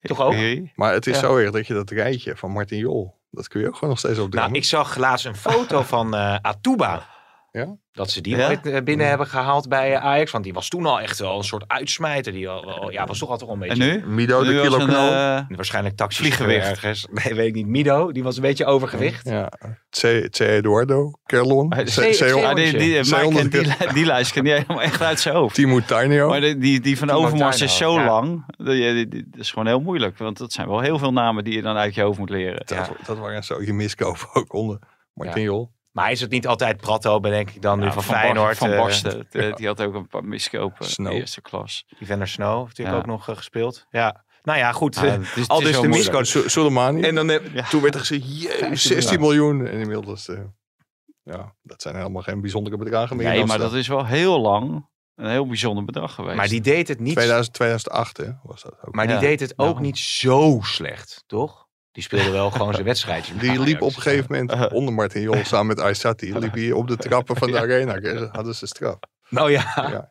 S2: Toch ook?
S4: Piri.
S3: Maar het is
S4: Ja.
S3: zo erg dat je dat rijtje van Martin Jol, dat kun je ook gewoon nog steeds opdoen.
S2: Nou, ik zag laatst een foto van eh, Atuba.
S3: Ja?
S2: Dat ze die
S4: Ja?
S2: ooit, eh, binnen hebben gehaald bij eh, Ajax. Want die was toen al echt wel een soort uitsmijter. Die al, al- ja, was toch altijd al een
S4: En
S2: beetje...
S4: nu?
S3: Mido
S4: nu
S3: de
S4: als
S3: kilo
S4: een,
S3: knal.
S4: eh,
S2: Waarschijnlijk taxi
S4: Vlieggewicht.
S2: ergens. Nee, weet ik niet. Mido, die was een beetje overgewicht.
S3: ja. C, C. Eduardo, Kerlon,
S4: Maar
S3: C-
S2: C-
S3: C-
S2: C-
S4: Ah, die, die,
S3: Zeehonderd
S4: Mike kent die,
S3: keer.
S4: li- die lijst ken jij helemaal echt uit zijn hoofd.
S3: Timo Tainio.
S4: Maar die, die, die van
S2: Timo
S4: Overmars
S2: Tuinhout,
S4: is zo
S2: ja.
S4: lang. Dat je- die- die- Dat is gewoon heel moeilijk. Want dat zijn wel heel veel namen die je dan uit je hoofd moet leren.
S3: Dat, dat waren zo je miskopen ook onder Martin
S2: Ja.
S3: Jol.
S2: Maar is het niet altijd Pratto, denk ik dan, nu
S4: Ja,
S2: van,
S4: Bar-
S2: Feyenoord.
S4: Van
S2: eh,
S4: Barsten. eh, Die had ook een paar miskopen in
S3: Snow.
S4: de eerste klas.
S2: die Venner Snow heeft natuurlijk
S4: Ja.
S2: ook nog eh, gespeeld. Ja. Nou ja, goed.
S4: Ja,
S2: eh,
S4: het is- het
S2: al
S4: is
S2: dus
S4: wel
S2: de
S4: moeilijk.
S2: miscoach.
S3: Su- Soleimani.
S2: En dan heb-
S4: Ja.
S3: Toen werd er gezegd, jee, 16 miljoen. En inmiddels, eh, ja, dat zijn helemaal geen bijzondere bedragen meer. eh, in
S4: Nee, maar dat
S3: Amsterdam.
S4: is wel heel lang een heel bijzonder bedrag geweest.
S2: maar die deed het niet
S3: 2000, 2008 hè, was dat ook.
S2: Maar die
S4: Ja,
S2: deed het ook
S4: daarom.
S2: niet zo slecht, toch? Die speelde wel gewoon zijn wedstrijdjes. met
S3: Die
S2: Ajax.
S3: liep op een gegeven moment onder Martin Jol samen met Aysati. Liep hij op de trappen van de arena. Kreeg- Hadden ze straf.
S2: Nou ja.
S3: Ja.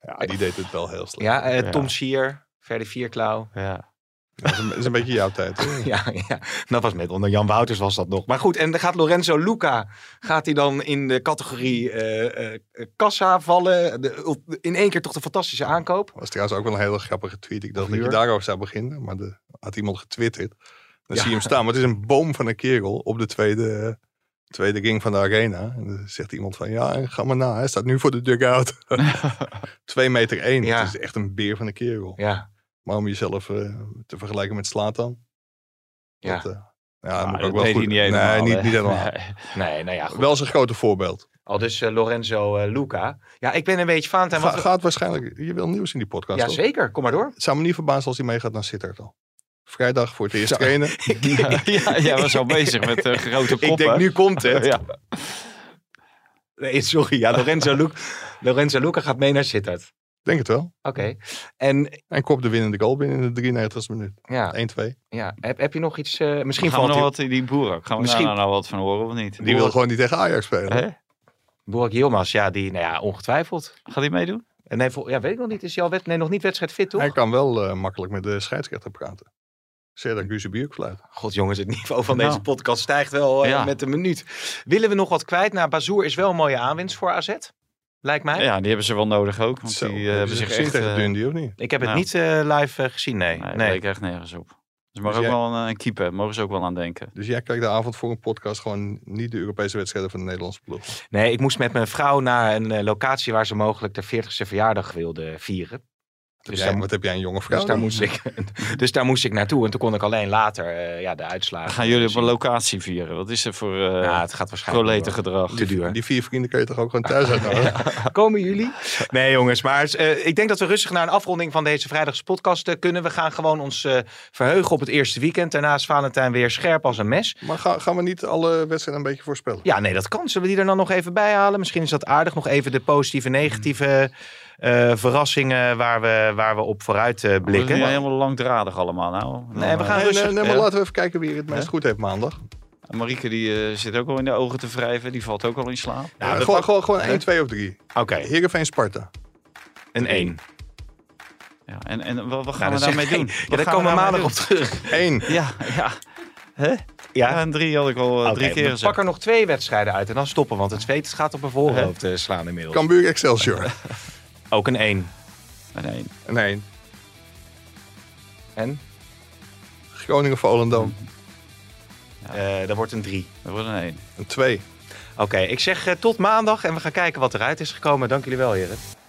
S3: Ja, die deed het wel heel slecht.
S2: Ja, eh,
S4: Ja.
S2: Tom Sier, Verdi Vierklauw.
S4: Ja.
S3: Dat, is een, dat is een beetje jouw tijd. Hè?
S2: Ja, ja, dat was met onder Jan Wouters was dat nog. Maar goed, en dan gaat Lorenzo Luca, gaat hij dan in de categorie eh, eh, Kassa vallen? De, ult- in één keer toch de fantastische aankoop?
S3: was trouwens ook wel een hele grappige tweet. Ik dacht dat je
S2: Huur.
S3: daarover zou beginnen. Maar de, had iemand getwitterd. Dan
S2: Ja.
S3: zie je hem staan. Maar het is een boom van een kerel op de tweede, eh, tweede ring van de arena. En dan zegt iemand van, ja, ga maar na. Hij staat nu voor de dugout. 2 meter 1.
S2: Ja.
S3: Het is echt een beer van een kerel.
S2: Ja,
S3: Maar om jezelf eh, te vergelijken met Slatan.
S2: Ja. Nou,
S3: Dat, eh, ja, dat moet
S4: Maar
S3: ik
S4: dat
S3: ook wel
S4: deed
S3: goed.
S4: hij niet helemaal.
S3: nee, niet,
S4: hè.
S3: niet helemaal.
S4: Nee.
S2: nee, nou ja, goed.
S3: Wel zijn grote voorbeeld.
S2: Al dus eh, Lorenzo eh, Luca. Ja, ik ben een beetje fan.
S3: Ga- gaat waarschijnlijk, je wil nieuws in die podcast
S2: Ja,
S3: toch?
S2: zeker. Kom maar door.
S3: Het zou me niet verbazen als hij meegaat naar Sittard al. Vrijdag voor het eerst
S2: Zo.
S3: trainen.
S4: ja, jij was al bezig met eh, grote koppen.
S2: Ik denk, nu komt het.
S4: Ja.
S2: Nee, sorry. Ja, Lorenzo, Lu Lorenzo Luca gaat mee naar Sittard.
S3: Denk het wel.
S2: Oké. En
S3: En kop de winnende goal binnen de 93ste minuut.
S2: ja,
S3: 1-2.
S2: ja. Heb, heb je nog iets? eh, misschien
S4: gaan we
S2: valt
S4: nog
S2: die-
S4: wat in die boer ook. Gaan we
S2: Misschien-
S4: daar nou wat van horen of niet?
S3: Die wil gewoon niet tegen Ajax spelen.
S4: Hè?
S2: Burak Yilmaz, ja, die, nou ja, ongetwijfeld.
S4: Gaat hij meedoen?
S2: En nee, vol- ja, weet ik nog niet. Is hij al wed nee, nog niet wedstrijd fit, toch?
S3: Hij kan wel eh, makkelijk met de scheidsrechter praten. Serdar Guzebierk fluiten.
S2: God, jongens, het niveau van
S4: Nou.
S2: deze podcast stijgt wel eh,
S4: Ja.
S2: met een minuut. Willen we nog wat kwijt? Nou, Bazoer is wel een mooie aanwinst voor AZ. Lijkt mij.
S4: Ja, die hebben ze wel nodig ook. Want
S3: Zo,
S4: die eh,
S3: hebben
S4: hebben
S3: ze
S4: zich
S3: gezien
S4: echt...
S3: tegen
S4: eh,
S3: Dundee of niet?
S2: Ik heb het
S4: Nou.
S2: niet eh, live eh, gezien, nee.
S4: nee,
S2: nee.
S4: dat leek echt nergens op. Ze mogen
S3: Dus
S4: ook
S3: jij-
S4: wel een, een keeper, mogen ze ook wel aan denken.
S3: Dus jij kijkt de avond voor een podcast gewoon niet de Europese wedstrijden van de Nederlandse ploeg.
S2: Nee, ik moest met mijn vrouw naar een eh, locatie waar ze mogelijk de 40ste verjaardag wilde vieren. Dus
S3: Jij-
S2: daar, mo-
S3: wat heb jij een jonge vrouw?
S2: dus, daar
S3: dan?
S2: moest ik, dus daar moest ik naartoe. En toen kon ik alleen later eh, ja, de
S4: Dan
S2: uitslagen.
S4: gaan jullie op
S2: zien.
S4: een locatie vieren. Wat is er voor eh
S2: Ja, het gaat waarschijnlijk wel
S4: proleten gedrag?
S2: te duur.
S3: Die vier vrienden kun je toch ook gewoon thuis uitnodigen?
S2: Komen jullie? Nee, jongens. Maar eh, ik denk dat we rustig naar een afronding van deze vrijdagse podcast eh, kunnen. We gaan gewoon ons eh, verheugen op het eerste weekend. Daarna is Valentijn weer scherp als een mes.
S3: Maar ga- gaan we niet alle wedstrijden een beetje voorspellen?
S2: Ja, nee, dat kan. Zullen we die er dan nog even bij halen? Misschien is dat aardig. Nog even de positieve, negatieve eh, verrassingen waar we, waar we op vooruit eh,
S4: Blikken.
S2: blikken.
S4: helemaal langdradig allemaal nou. Dan,
S2: Nee, we
S4: eh,
S2: gaan
S3: Nee,
S2: rustig.
S3: nee, nee, maar
S2: Ja.
S3: laten we even kijken wie het meest goed heeft maandag.
S4: Marieke die eh, zit ook al in de ogen te wrijven. Die valt ook al in slaap.
S2: Nou,
S3: Ja,
S2: dat-
S3: Eh, gewoon, gewoon, gewoon 1, 2 of 3.
S2: Oké,
S3: Heerenveen Sparta.
S2: een Nou, 1.
S4: Ja, en, en wat, wat gaan we daarmee doen? Wat
S2: Ja, daar
S4: gaan we
S2: komen we
S4: daarmee
S2: maandag
S4: doen?
S2: op terug.
S3: 1.
S4: Ja, ja. ja.
S2: Ja,
S4: En drie had ik al eh,
S2: oké,
S4: drie keer
S2: we
S4: gezegd.
S2: Pak er nog twee wedstrijden uit en dan stoppen. Want het zweet gaat op mijn voorhoofd eh, slaan inmiddels.
S3: Cambuur Excelsior.
S2: Ook een 1.
S4: Nee,
S3: Een 1.
S2: En?
S3: Groningen Volendam.
S2: Eh, dat wordt een 3.
S4: dat wordt een één.
S3: Een 2.
S2: Oké, ik zeg eh, tot maandag en we gaan kijken wat eruit is gekomen. Dank jullie wel, heren.